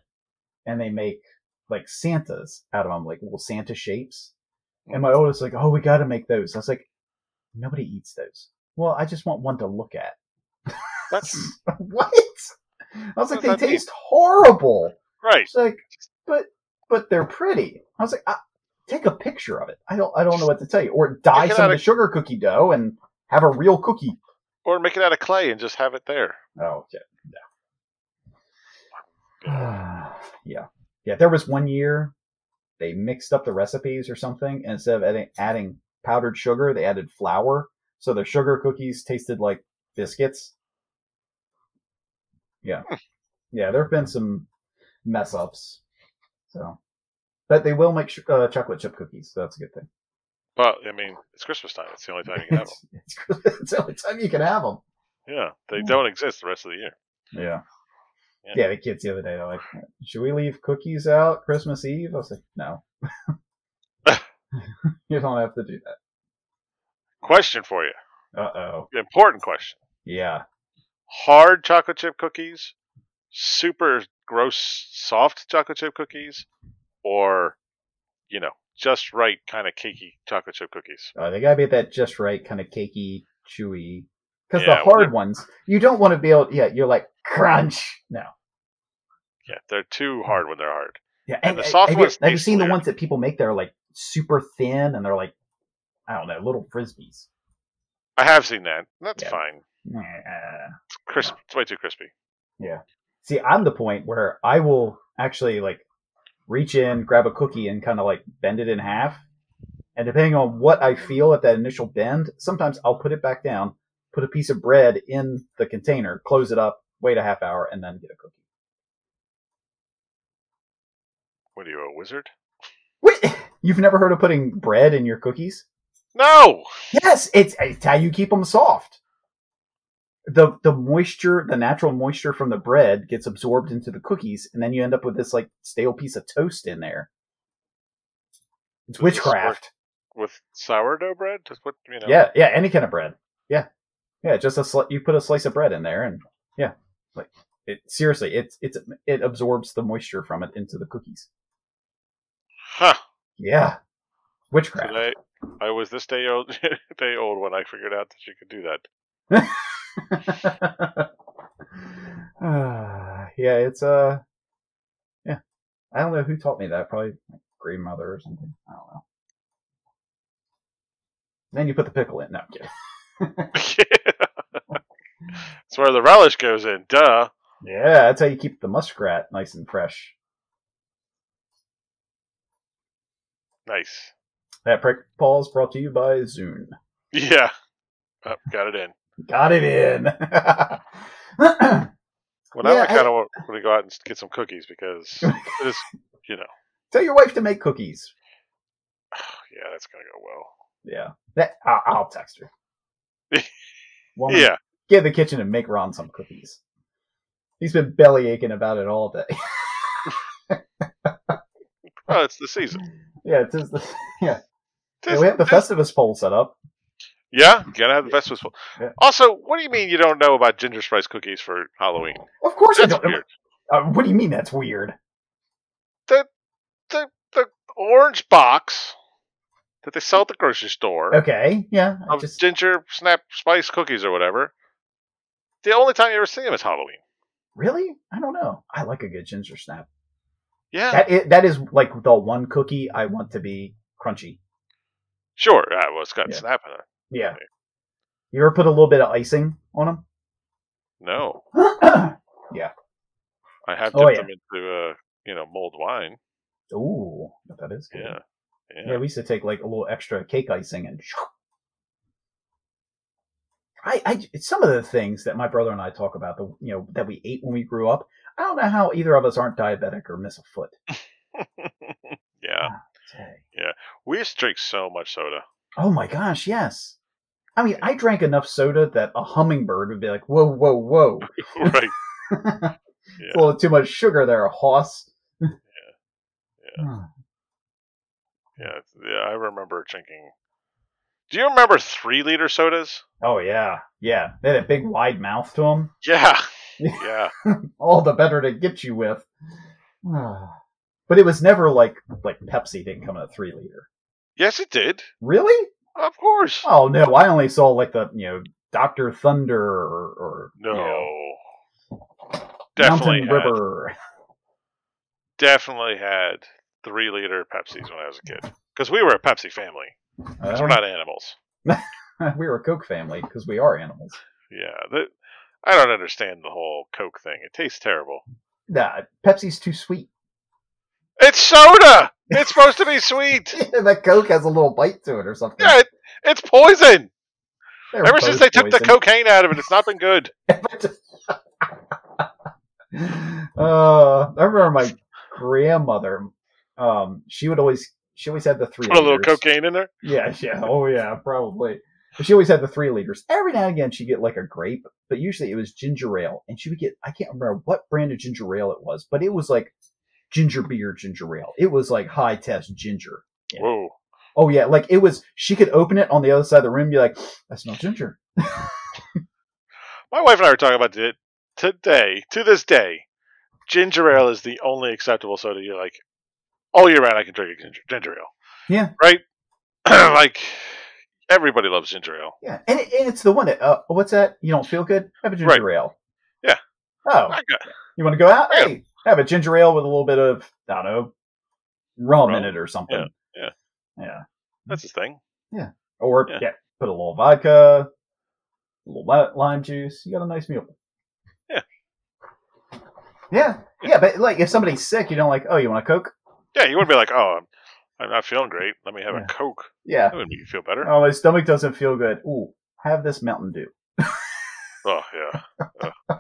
S3: And they make like Santas out of them, like little Santa shapes. And my oldest like, oh, we got to make those. I was like, nobody eats those. Well, I just want one to look at.
S2: That's
S3: what? I was like,
S2: What does
S3: they
S2: that mean?
S3: taste horrible.
S2: right.
S3: She's like, but but they're pretty. I was like, I, take a picture of it. I don't I don't know what to tell you. Or dye
S2: Make it
S3: some of
S2: out
S3: the
S2: of-
S3: sugar cookie dough and have a real cookie.
S2: Or make it out of clay and just have it there.
S3: Oh yeah.
S2: Yeah.
S3: yeah. Yeah. There was one year they mixed up the recipes or something, and instead of adding, adding powdered sugar, they added flour. So their sugar cookies tasted like biscuits. Yeah. Yeah. There have been some mess ups. So, but they will make sh- uh, chocolate chip cookies. So that's a good thing.
S2: But I mean, it's Christmas time. It's the only time you can have them.
S3: It's, it's, it's the only time you can have them.
S2: Yeah, they don't exist the rest of the year.
S3: Yeah.
S2: Yeah.
S3: yeah. the kids the other day, they're like, should we leave cookies out Christmas Eve? I was like, no. you don't have to do that.
S2: Question for you.
S3: Uh oh.
S2: Important question.
S3: Yeah.
S2: Hard chocolate chip cookies, super gross soft chocolate chip cookies, or you know, just right kind of cakey chocolate chip cookies.
S3: Uh, they got to be that just right, kind of cakey, chewy. Because
S2: Yeah,
S3: the hard
S2: well-
S3: ones, you don't want to be able, yeah, you're like, crunch. No.
S2: Yeah, they're too hard when they're hard.
S3: Yeah. e,
S2: And the soft
S3: have,
S2: ones
S3: you, have you
S2: taste
S3: seen the
S2: weird.
S3: ones that people make that are like super thin and they're like, I don't know, little frisbees?
S2: I have seen that. That's
S3: Yeah.
S2: fine.
S3: Nah.
S2: It's crisp. It's way too crispy.
S3: See, I'm the point where I will actually like reach in, grab a cookie, and kind of like bend it in half. And depending on what I feel at that initial bend, sometimes I'll put it back down, put a piece of bread in the container, close it up, wait a half hour, and then get a cookie.
S2: What are you, a wizard?
S3: Wait, you've never heard of putting bread in your cookies?
S2: No!
S3: Yes, it's, it's how you keep them soft. The the moisture, the natural moisture from the bread gets absorbed into the cookies, and then you end up with this like stale piece of toast in there. It's
S2: Does this
S3: witchcraft.
S2: work With sourdough bread? Just what, you know.
S3: Yeah, yeah, any kind of bread. Yeah, yeah, just a sli- you put a slice of bread in there, and yeah, like it. Seriously, it's it's it absorbs the moisture from it into the cookies.
S2: Huh.
S3: Yeah, witchcraft.
S2: Today, I was this day old, day old when I figured out that you could do that.
S3: Ah, yeah, it's uh, yeah. I don't know who taught me that. Probably my grandmother or something. I don't know. Then you put the pickle in. No, I'm kidding.
S2: That's where the relish goes in. Duh.
S3: Yeah, that's how you keep the muskrat nice and fresh.
S2: Nice.
S3: That prick Paul is brought to you by Zune.
S2: Yeah. Oh, got it in.
S3: Got it in.
S2: Well,
S3: Yeah,
S2: now I
S3: I-
S2: kind of want to go out and get some cookies because it is, you know,
S3: Tell your wife to make cookies.
S2: yeah, that's going to go well.
S3: Yeah, that I, I'll text her. Woman,
S2: Yeah.
S3: get in the kitchen and make Ron some cookies. He's been belly aching about it all day.
S2: Oh, it's the season.
S3: yeah, it's just the, yeah.
S2: Tis-
S3: yeah. We have the
S2: tis-
S3: Festivus poll set up.
S2: Yeah, you gotta have the best possible.
S3: Yeah.
S2: Also, what do you mean you don't know about ginger spice cookies for Halloween?
S3: Of course, I
S2: That's
S3: don't.
S2: weird.
S3: Uh, what do you mean that's weird?
S2: Orange box that they sell at the grocery store
S3: Okay, yeah. I
S2: of
S3: just
S2: ginger snap spice cookies or whatever. The only time you ever see them is Halloween.
S3: really, I don't know. I like a good ginger snap.
S2: Yeah,
S3: That is, that is like the one cookie I want to be crunchy.
S2: sure. Uh, well, it's got
S3: Yeah.
S2: snap in it.
S3: Yeah.
S2: Right.
S3: You ever put a little bit of icing on them?
S2: No, I have dipped
S3: Oh,
S2: them into uh, you know mold wine.
S3: Ooh, but that is good.
S2: Yeah, yeah.
S3: Mm-hmm. Yeah, we used to take like a little extra cake icing and. I, I, it's some of the things that my brother and I talk about, the you know, that we ate when we grew up. I don't know how either of us aren't diabetic or miss a foot.
S2: yeah.
S3: Dang.
S2: We used to drink so much soda.
S3: Oh my gosh, yes. I mean, I drank enough soda that a hummingbird would be like, "Whoa, whoa, whoa!
S2: right.
S3: It's a little too much sugar there, hoss."
S2: Yeah, yeah, I remember drinking. Do you remember three liter sodas?
S3: Oh yeah, yeah. They had a big wide mouth to them.
S2: Yeah, yeah.
S3: all the better to get you with. but it was never like like Pepsi didn't come in a three liter.
S2: Yes, it did.
S3: Really?
S2: Of course.
S3: Oh no, I only saw like the you know Doctor Thunder or, or you
S2: no,
S3: know,
S2: definitely
S3: Mountain
S2: had,
S3: River.
S2: definitely had three liter Pepsis when I was a kid because we were a Pepsi family. 'cause
S3: Oh.
S2: we're not animals.
S3: we were a Coke family because we are animals.
S2: Yeah, the, I don't understand the whole Coke thing. It tastes terrible.
S3: Nah, Pepsi's too sweet.
S2: It's soda. It's supposed to be sweet.
S3: that Coke has a little bite to it or something.
S2: Yeah, it, it's poison.
S3: They were
S2: Ever since they
S3: both
S2: took the
S3: poison.
S2: cocaine out of it, it's not been good.
S3: uh, I remember my grandmother. Um, she would always she always had the three.
S2: Put a little
S3: liters.
S2: cocaine in there.
S3: Yeah, yeah. Oh, yeah, probably. But she always had the three liters. Every now and again, she'd get like a grape, but usually it was ginger ale. And she would get, I can't remember what brand of ginger ale it was, but it was like ginger beer ginger ale. It was like high test ginger. Yeah.
S2: Whoa.
S3: Oh, yeah. Like it was, she could open it on the other side of the room and be like, I smell ginger.
S2: My wife and I were talking about it today. To this day, ginger ale is the only acceptable soda. You're like, all year round, I can drink a ginger, ginger ale.
S3: Yeah.
S2: Right. like everybody loves ginger ale.
S3: Yeah. And, it, and it's the one that, uh, what's that? You don't feel good? Have a ginger ale.
S2: Yeah.
S3: Oh,
S2: I got-
S3: you want to go out?
S2: Yeah.
S3: Hey, have a ginger ale with a little bit of, I don't know, rum, in
S2: Rum.
S3: it or something.
S2: yeah.
S3: Yeah. Mm.
S2: that's the thing.
S3: Or
S2: Yeah.
S3: yeah. put a little vodka, a little li- lime juice. You got a nice meal.
S2: Yeah.
S3: Yeah. Yeah, but like if somebody's sick, you don't like, oh, you want a Coke?
S2: Yeah, you wouldn't be like, oh, I'm, I'm not feeling great. Let me have
S3: Yeah.
S2: a Coke.
S3: Yeah.
S2: That would make you feel better.
S3: Oh, my stomach doesn't feel good. Ooh, have this Mountain Dew.
S2: Oh yeah. Ugh.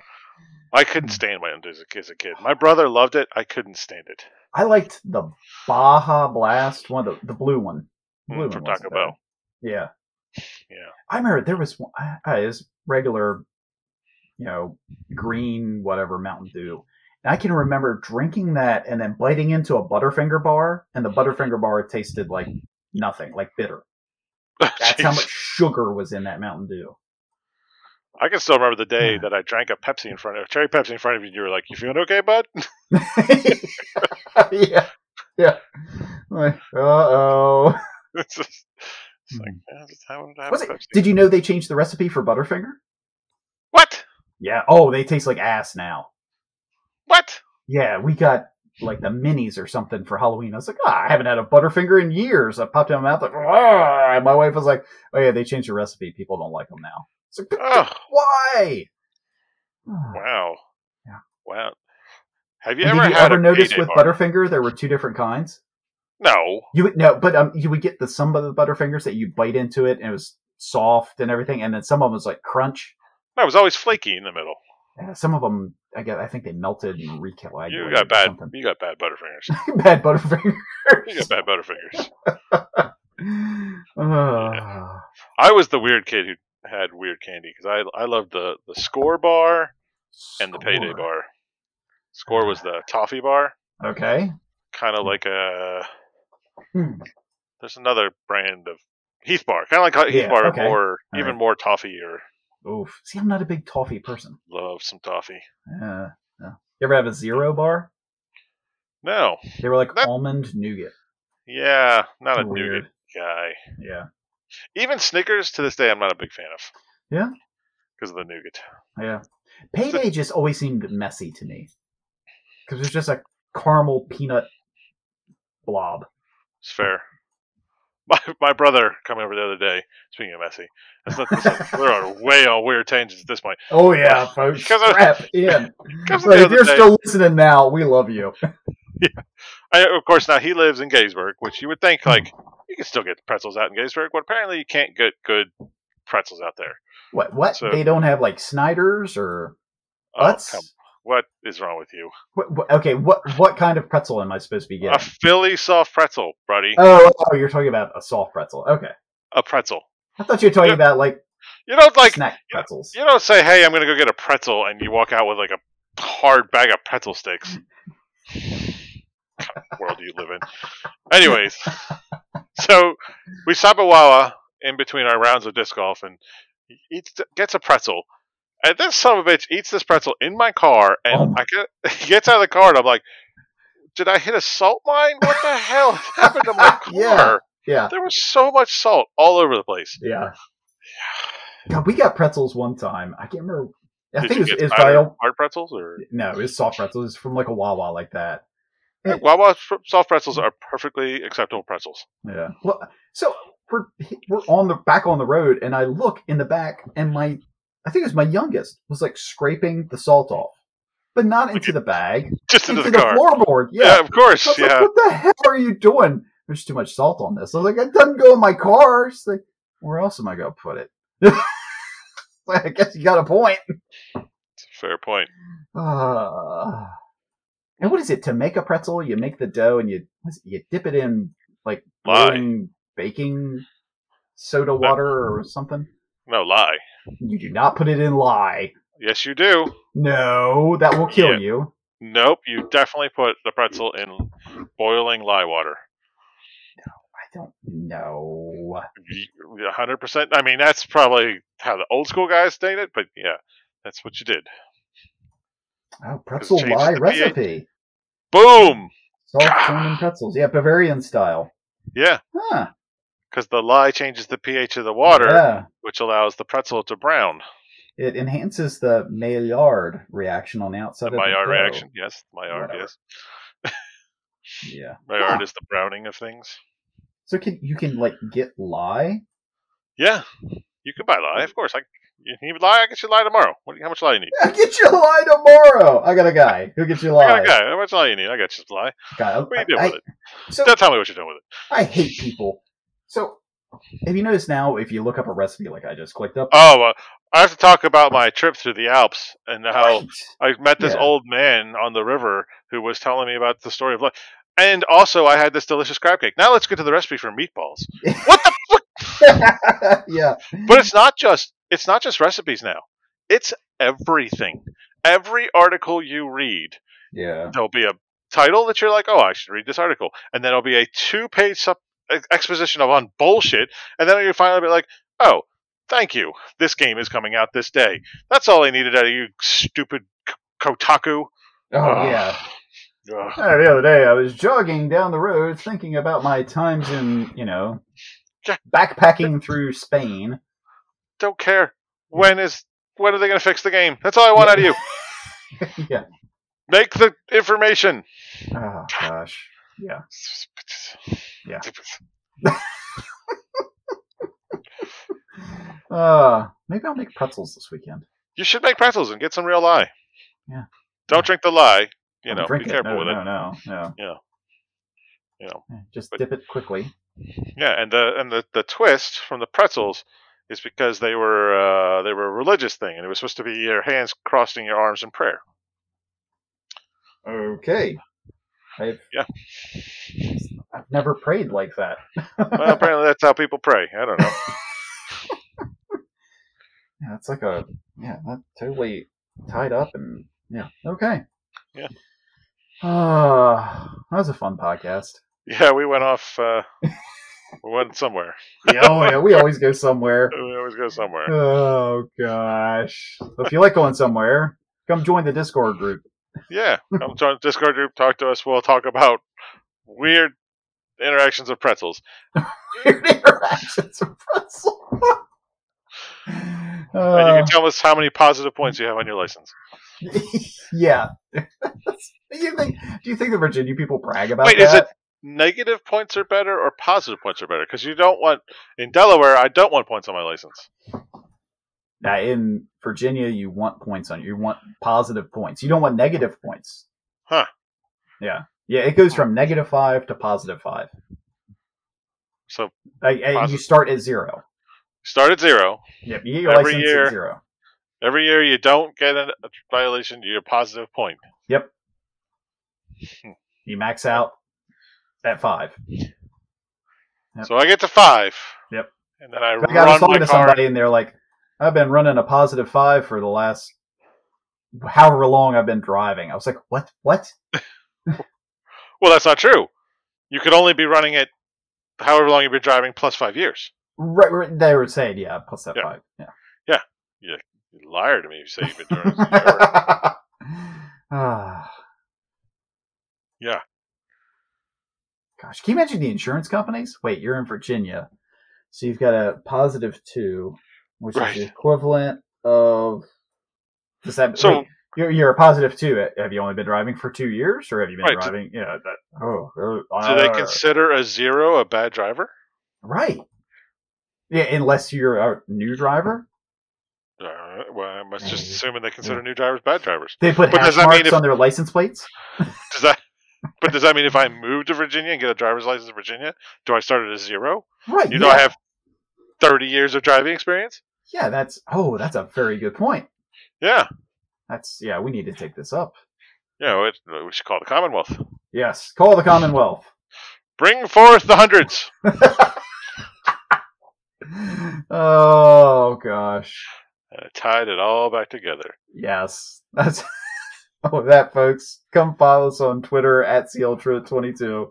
S2: I couldn't
S3: Hmm.
S2: stand my undies as a kid. My brother loved it. I couldn't stand it.
S3: I liked the Baja Blast one, the, the blue one.
S2: Mm,
S3: Blue one
S2: from
S3: wasn't
S2: Taco
S3: bad.
S2: Bell.
S3: Yeah.
S2: Yeah.
S3: I remember there was one, I, I, it was regular, you know, green, whatever Mountain Dew. And I can remember drinking that and then biting into a Butterfinger bar, and the Butterfinger bar tasted like nothing, like bitter. That's how
S2: Oh, Jeez.
S3: much sugar was in that Mountain Dew.
S2: I can still remember the day
S3: Yeah.
S2: that I drank a Pepsi in front of cherry Pepsi in front of you. and You were like, "You feeling okay, bud?"
S3: yeah. Yeah. Like, uh oh.
S2: it's just, it's like, yeah, just having to have
S3: Hmm. Was
S2: a
S3: it?
S2: Pepsi.
S3: Did you know they changed the recipe for Butterfinger?
S2: What?
S3: Yeah. Oh, they taste like ass now.
S2: What?
S3: Yeah, we got like the minis or something for Halloween. I was like, ah, I haven't had a Butterfinger in years. I popped it in my mouth like, "Argh," and my wife was like, oh yeah, they changed the recipe. People don't like them now. It's like,
S2: Oh,
S3: why?
S2: wow.
S3: Yeah.
S2: Wow. Have you
S3: And
S2: ever
S3: did you
S2: had
S3: ever
S2: a
S3: notice
S2: Mayday
S3: with
S2: bar?
S3: Butterfinger there were two different kinds?
S2: No.
S3: You would no, but um, you would get the some of the Butterfingers that you bite into it and it was soft and everything, and then some of them was like crunch.
S2: No, it was always flaky in the middle.
S3: Yeah, some of them, I guess, I think they melted and recoagulated.
S2: You
S3: or
S2: got bad.
S3: something.
S2: You got bad Butterfingers.
S3: bad Butterfingers.
S2: you got bad Butterfingers.
S3: Ugh.
S2: I was the weird kid who had weird candy because I I loved the the score bar and the payday
S3: Score.
S2: bar. Score was the toffee bar,
S3: Okay.
S2: kind of like a.
S3: Hmm.
S2: There's another brand of Heath bar, kind of like Heath
S3: Yeah,
S2: bar,
S3: okay.
S2: more
S3: All
S2: even
S3: right.
S2: more toffee or
S3: Oof. See, I'm not a big toffee person.
S2: love some toffee.
S3: Uh, no. You ever have a zero bar?
S2: No,
S3: They were like
S2: That-
S3: almond nougat.
S2: yeah, not a
S3: Weird.
S2: nougat guy.
S3: Yeah.
S2: Even Snickers to this day, I'm not a big fan of.
S3: Yeah?
S2: because of the nougat.
S3: Yeah. Payday just always seemed messy to me. Because it's just a caramel peanut blob.
S2: It's fair. My my brother coming over the other day. Speaking of messy, that's not, that's not- we're on way on weird tangents at this point.
S3: Oh, yeah, folks.
S2: Because I-
S3: Strap in.
S2: Comes
S3: Like,
S2: the
S3: if
S2: other
S3: you're
S2: day.
S3: still listening now, we love you.
S2: I, of course, now he lives in Gaysburg, which you would think like you can still get pretzels out in Gaysburg, but apparently you can't get good pretzels out there.
S3: What? What?
S2: So- Oh,
S3: they don't have like Snyder's or Utz?
S2: come- what is wrong with you?
S3: What, what, okay, what what kind of pretzel am I supposed to be
S2: A
S3: getting?
S2: Philly soft pretzel, buddy.
S3: Oh, oh, you're talking about a soft pretzel. Okay,
S2: a pretzel.
S3: I thought you were talking
S2: Yeah.
S3: about like,
S2: You don't like
S3: snack pretzels.
S2: you don't say, "Hey, I'm going to go get a pretzel," and you walk out with like a hard bag of pretzel sticks. What world do you live in? Anyways, so we stop at Wawa in between our rounds of disc golf, and he eats gets a pretzel. And this son of a bitch eats this pretzel in my car, and
S3: Oh my-
S2: I get, he gets out of the car, and I'm like, "Did I hit a salt mine? What the hell happened to my car?
S3: Yeah, yeah.
S2: There was so much salt all over the place."
S3: Yeah. God, we got pretzels one time. I can't remember. I
S2: Did
S3: think
S2: you
S3: it was,
S2: get
S3: it was
S2: either
S3: by
S2: hard pretzels or
S3: no, it was soft pretzels. It was from like a Wawa like that.
S2: Yeah, Wawa fr- soft pretzels are perfectly acceptable pretzels.
S3: Yeah. Well, so we're we're on the back on the road, and I look in the back, and my I think it was my youngest was like scraping the salt off, but not into the bag,
S2: Just into,
S3: into
S2: the, car.
S3: floorboard.
S2: yeah.
S3: Yeah.
S2: of course.
S3: I was
S2: yeah.
S3: like, what the hell are you doing? There's too much salt on this. I was like, it doesn't go in my car. She's like, where else am I gonna put it? like, I guess you got a point.
S2: It's a fair point.
S3: Uh, and what is it to make a pretzel? You make the dough and you what is it? you dip it in like
S2: Lye.
S3: boiling baking soda water or something.
S2: No lie.
S3: You do not put it in lye.
S2: Yes, you do.
S3: No, that will kill
S2: Yeah.
S3: you.
S2: Nope, you definitely put the pretzel in boiling lye water.
S3: I don't know.
S2: Y- 100%. I mean, that's probably how the old school guys did it, but yeah, that's what you did.
S3: Oh, pretzel
S2: change
S3: lye
S2: the pH.
S3: recipe.
S2: Boom!
S3: Soft
S2: God.
S3: German pretzels. Yeah, Bavarian style.
S2: Yeah,
S3: Huh.
S2: because the lye changes the pH of the water,
S3: Yeah.
S2: which allows the pretzel to brown.
S3: It enhances the Maillard reaction on the outside of the
S2: Maillard
S3: dough.
S2: reaction. Yes, Maillard,
S3: Whatever.
S2: yes.
S3: Yeah.
S2: Maillard
S3: Huh.
S2: is the browning of things.
S3: So can you can like get lye?
S2: Yeah, You could buy lie, of course. I you need lie. I get you lie tomorrow. What, how much lie you need?
S3: I get you a lie tomorrow. I got a guy who gets you a
S2: I
S3: lie.
S2: got a guy. How much lie you need? I got you lie.
S3: God,
S2: What are you
S3: I-
S2: doing
S3: I-
S2: with it?
S3: So
S2: Don't tell me what you're doing with it.
S3: I hate people. So have you noticed now? If you look up a recipe, like I just clicked up,
S2: Oh, uh, I have to talk about my trip through the Alps and Oh, how.
S3: Right.
S2: I met this
S3: Yeah.
S2: old man on the river who was telling me about the story of life. And also, I had this delicious crab cake. Now let's get to the recipe for meatballs. what the fuck?
S3: yeah,
S2: But it's not just it's not just recipes now. It's everything. Every article you read,
S3: yeah,
S2: there'll be a title that you're like, "Oh, I should read this article," and then it'll be a two-page sup- ex- exposition of on bullshit, and then you finally be like, "Oh, thank you. This game is coming out this day. That's all I needed out of you, stupid K- Kotaku."
S3: oh yeah.
S2: Ugh.
S3: Uh, the other day, I was jogging down the road, thinking about my times in you know
S2: Yeah.
S3: backpacking through Spain.
S2: don't care. When is when are they going to fix the game? That's all I want out of you.
S3: yeah.
S2: Make the information.
S3: Oh gosh. Yeah. Yeah. Uh, maybe I'll make pretzels this weekend.
S2: You should make pretzels and get some real lye.
S3: Yeah.
S2: Don't drink the lye. You
S3: I'll
S2: know, be
S3: drink it.
S2: careful
S3: no,
S2: with
S3: no,
S2: it.
S3: No, no,
S2: You know.
S3: Yeah, Just
S2: But-
S3: dip it quickly.
S2: Yeah, and the and the, the twist from the pretzels is because they were uh, they were a religious thing, and it was supposed to be your hands crossing your arms in prayer.
S3: Okay. I've
S2: Yeah.
S3: I've never prayed like that.
S2: Well, apparently that's how people pray. I don't know.
S3: Yeah, it's like a yeah, not totally tied up and yeah. Okay.
S2: Yeah.
S3: Uh, that was a fun podcast.
S2: yeah, we went off. Uh, we went somewhere.
S3: Yeah, oh yeah, we always go somewhere.
S2: We always go somewhere.
S3: Oh gosh. If you like going somewhere, come join the Discord group.
S2: Yeah, come join the Discord group. Talk to us. We'll talk about weird interactions of pretzels.
S3: Weird interactions with Russell.
S2: and you
S3: Uh,
S2: can tell us how many positive points you have on your license.
S3: yeah. do you think do you think the Virginia people brag about
S2: Wait,
S3: that?
S2: is it negative points are better or positive points are better? Because you don't want in Delaware. I don't want points on my license.
S3: Now, in Virginia, you want points on you want positive points. You don't want negative points.
S2: Huh.
S3: Yeah. Yeah. It goes from negative five to positive five.
S2: So
S3: Like, and You
S2: Positive.
S3: start at zero.
S2: start at zero.
S3: Yep. You get your
S2: Every
S3: license
S2: year.
S3: at zero.
S2: Every year you don't get a violation. You're a positive point.
S3: Yep. You max out at five. Yep.
S2: So I get to five.
S3: Yep.
S2: And then I
S3: I got
S2: run
S3: a song
S2: my
S3: to
S2: car.
S3: somebody, and they're like, "I've been running a positive five for the last however long I've been driving." I was like, "What? What?"
S2: Well, that's not true. You could only be running it however long you've been driving plus five years.
S3: Right? right they were saying, "Yeah, plus that
S2: Yeah.
S3: five. Yeah.
S2: You liar to me if you say you've been doing it. forever.
S3: Ah.
S2: Yeah.
S3: Gosh, can you imagine the insurance companies? Wait, you're in Virginia, so you've got a positive two, which is
S2: Right.
S3: the equivalent of. Does that
S2: So-
S3: wait, you're you're a positive two? Have you only been driving for two years, or have you been
S2: Right, so-
S3: driving? Yeah. That, oh.
S2: Do they consider a zero a bad driver?
S3: right. Yeah, unless you're a new driver,
S2: Uh, well, I'm just
S3: Maybe.
S2: assuming they consider new drivers bad drivers.
S3: they put
S2: But does
S3: hash
S2: that mean
S3: marks
S2: if-
S3: on their license plates.
S2: Does that? But does that mean if I move to Virginia and get a driver's license in Virginia, do I start at a zero?
S3: Right.
S2: You know, I have thirty years of driving experience.
S3: Yeah, that's oh, that's a very good point.
S2: Yeah,
S3: That's yeah, we need to take this up.
S2: you know, it, we should call it the Commonwealth.
S3: Yes, call the Commonwealth.
S2: Bring forth the hundreds.
S3: oh gosh,
S2: And I tied it all back together.
S3: yes, that's oh that folks. Come follow us on Twitter at CLTrip22.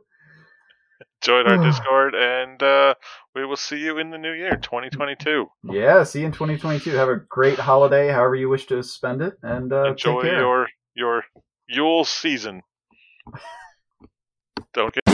S2: Join our Discord, and uh, we will see you in the new year, 2022.
S3: Yeah, see you in 2022. Have a great holiday, however you wish to spend it, and uh,
S2: Enjoy
S3: take care.
S2: your your Yule season. Don't get.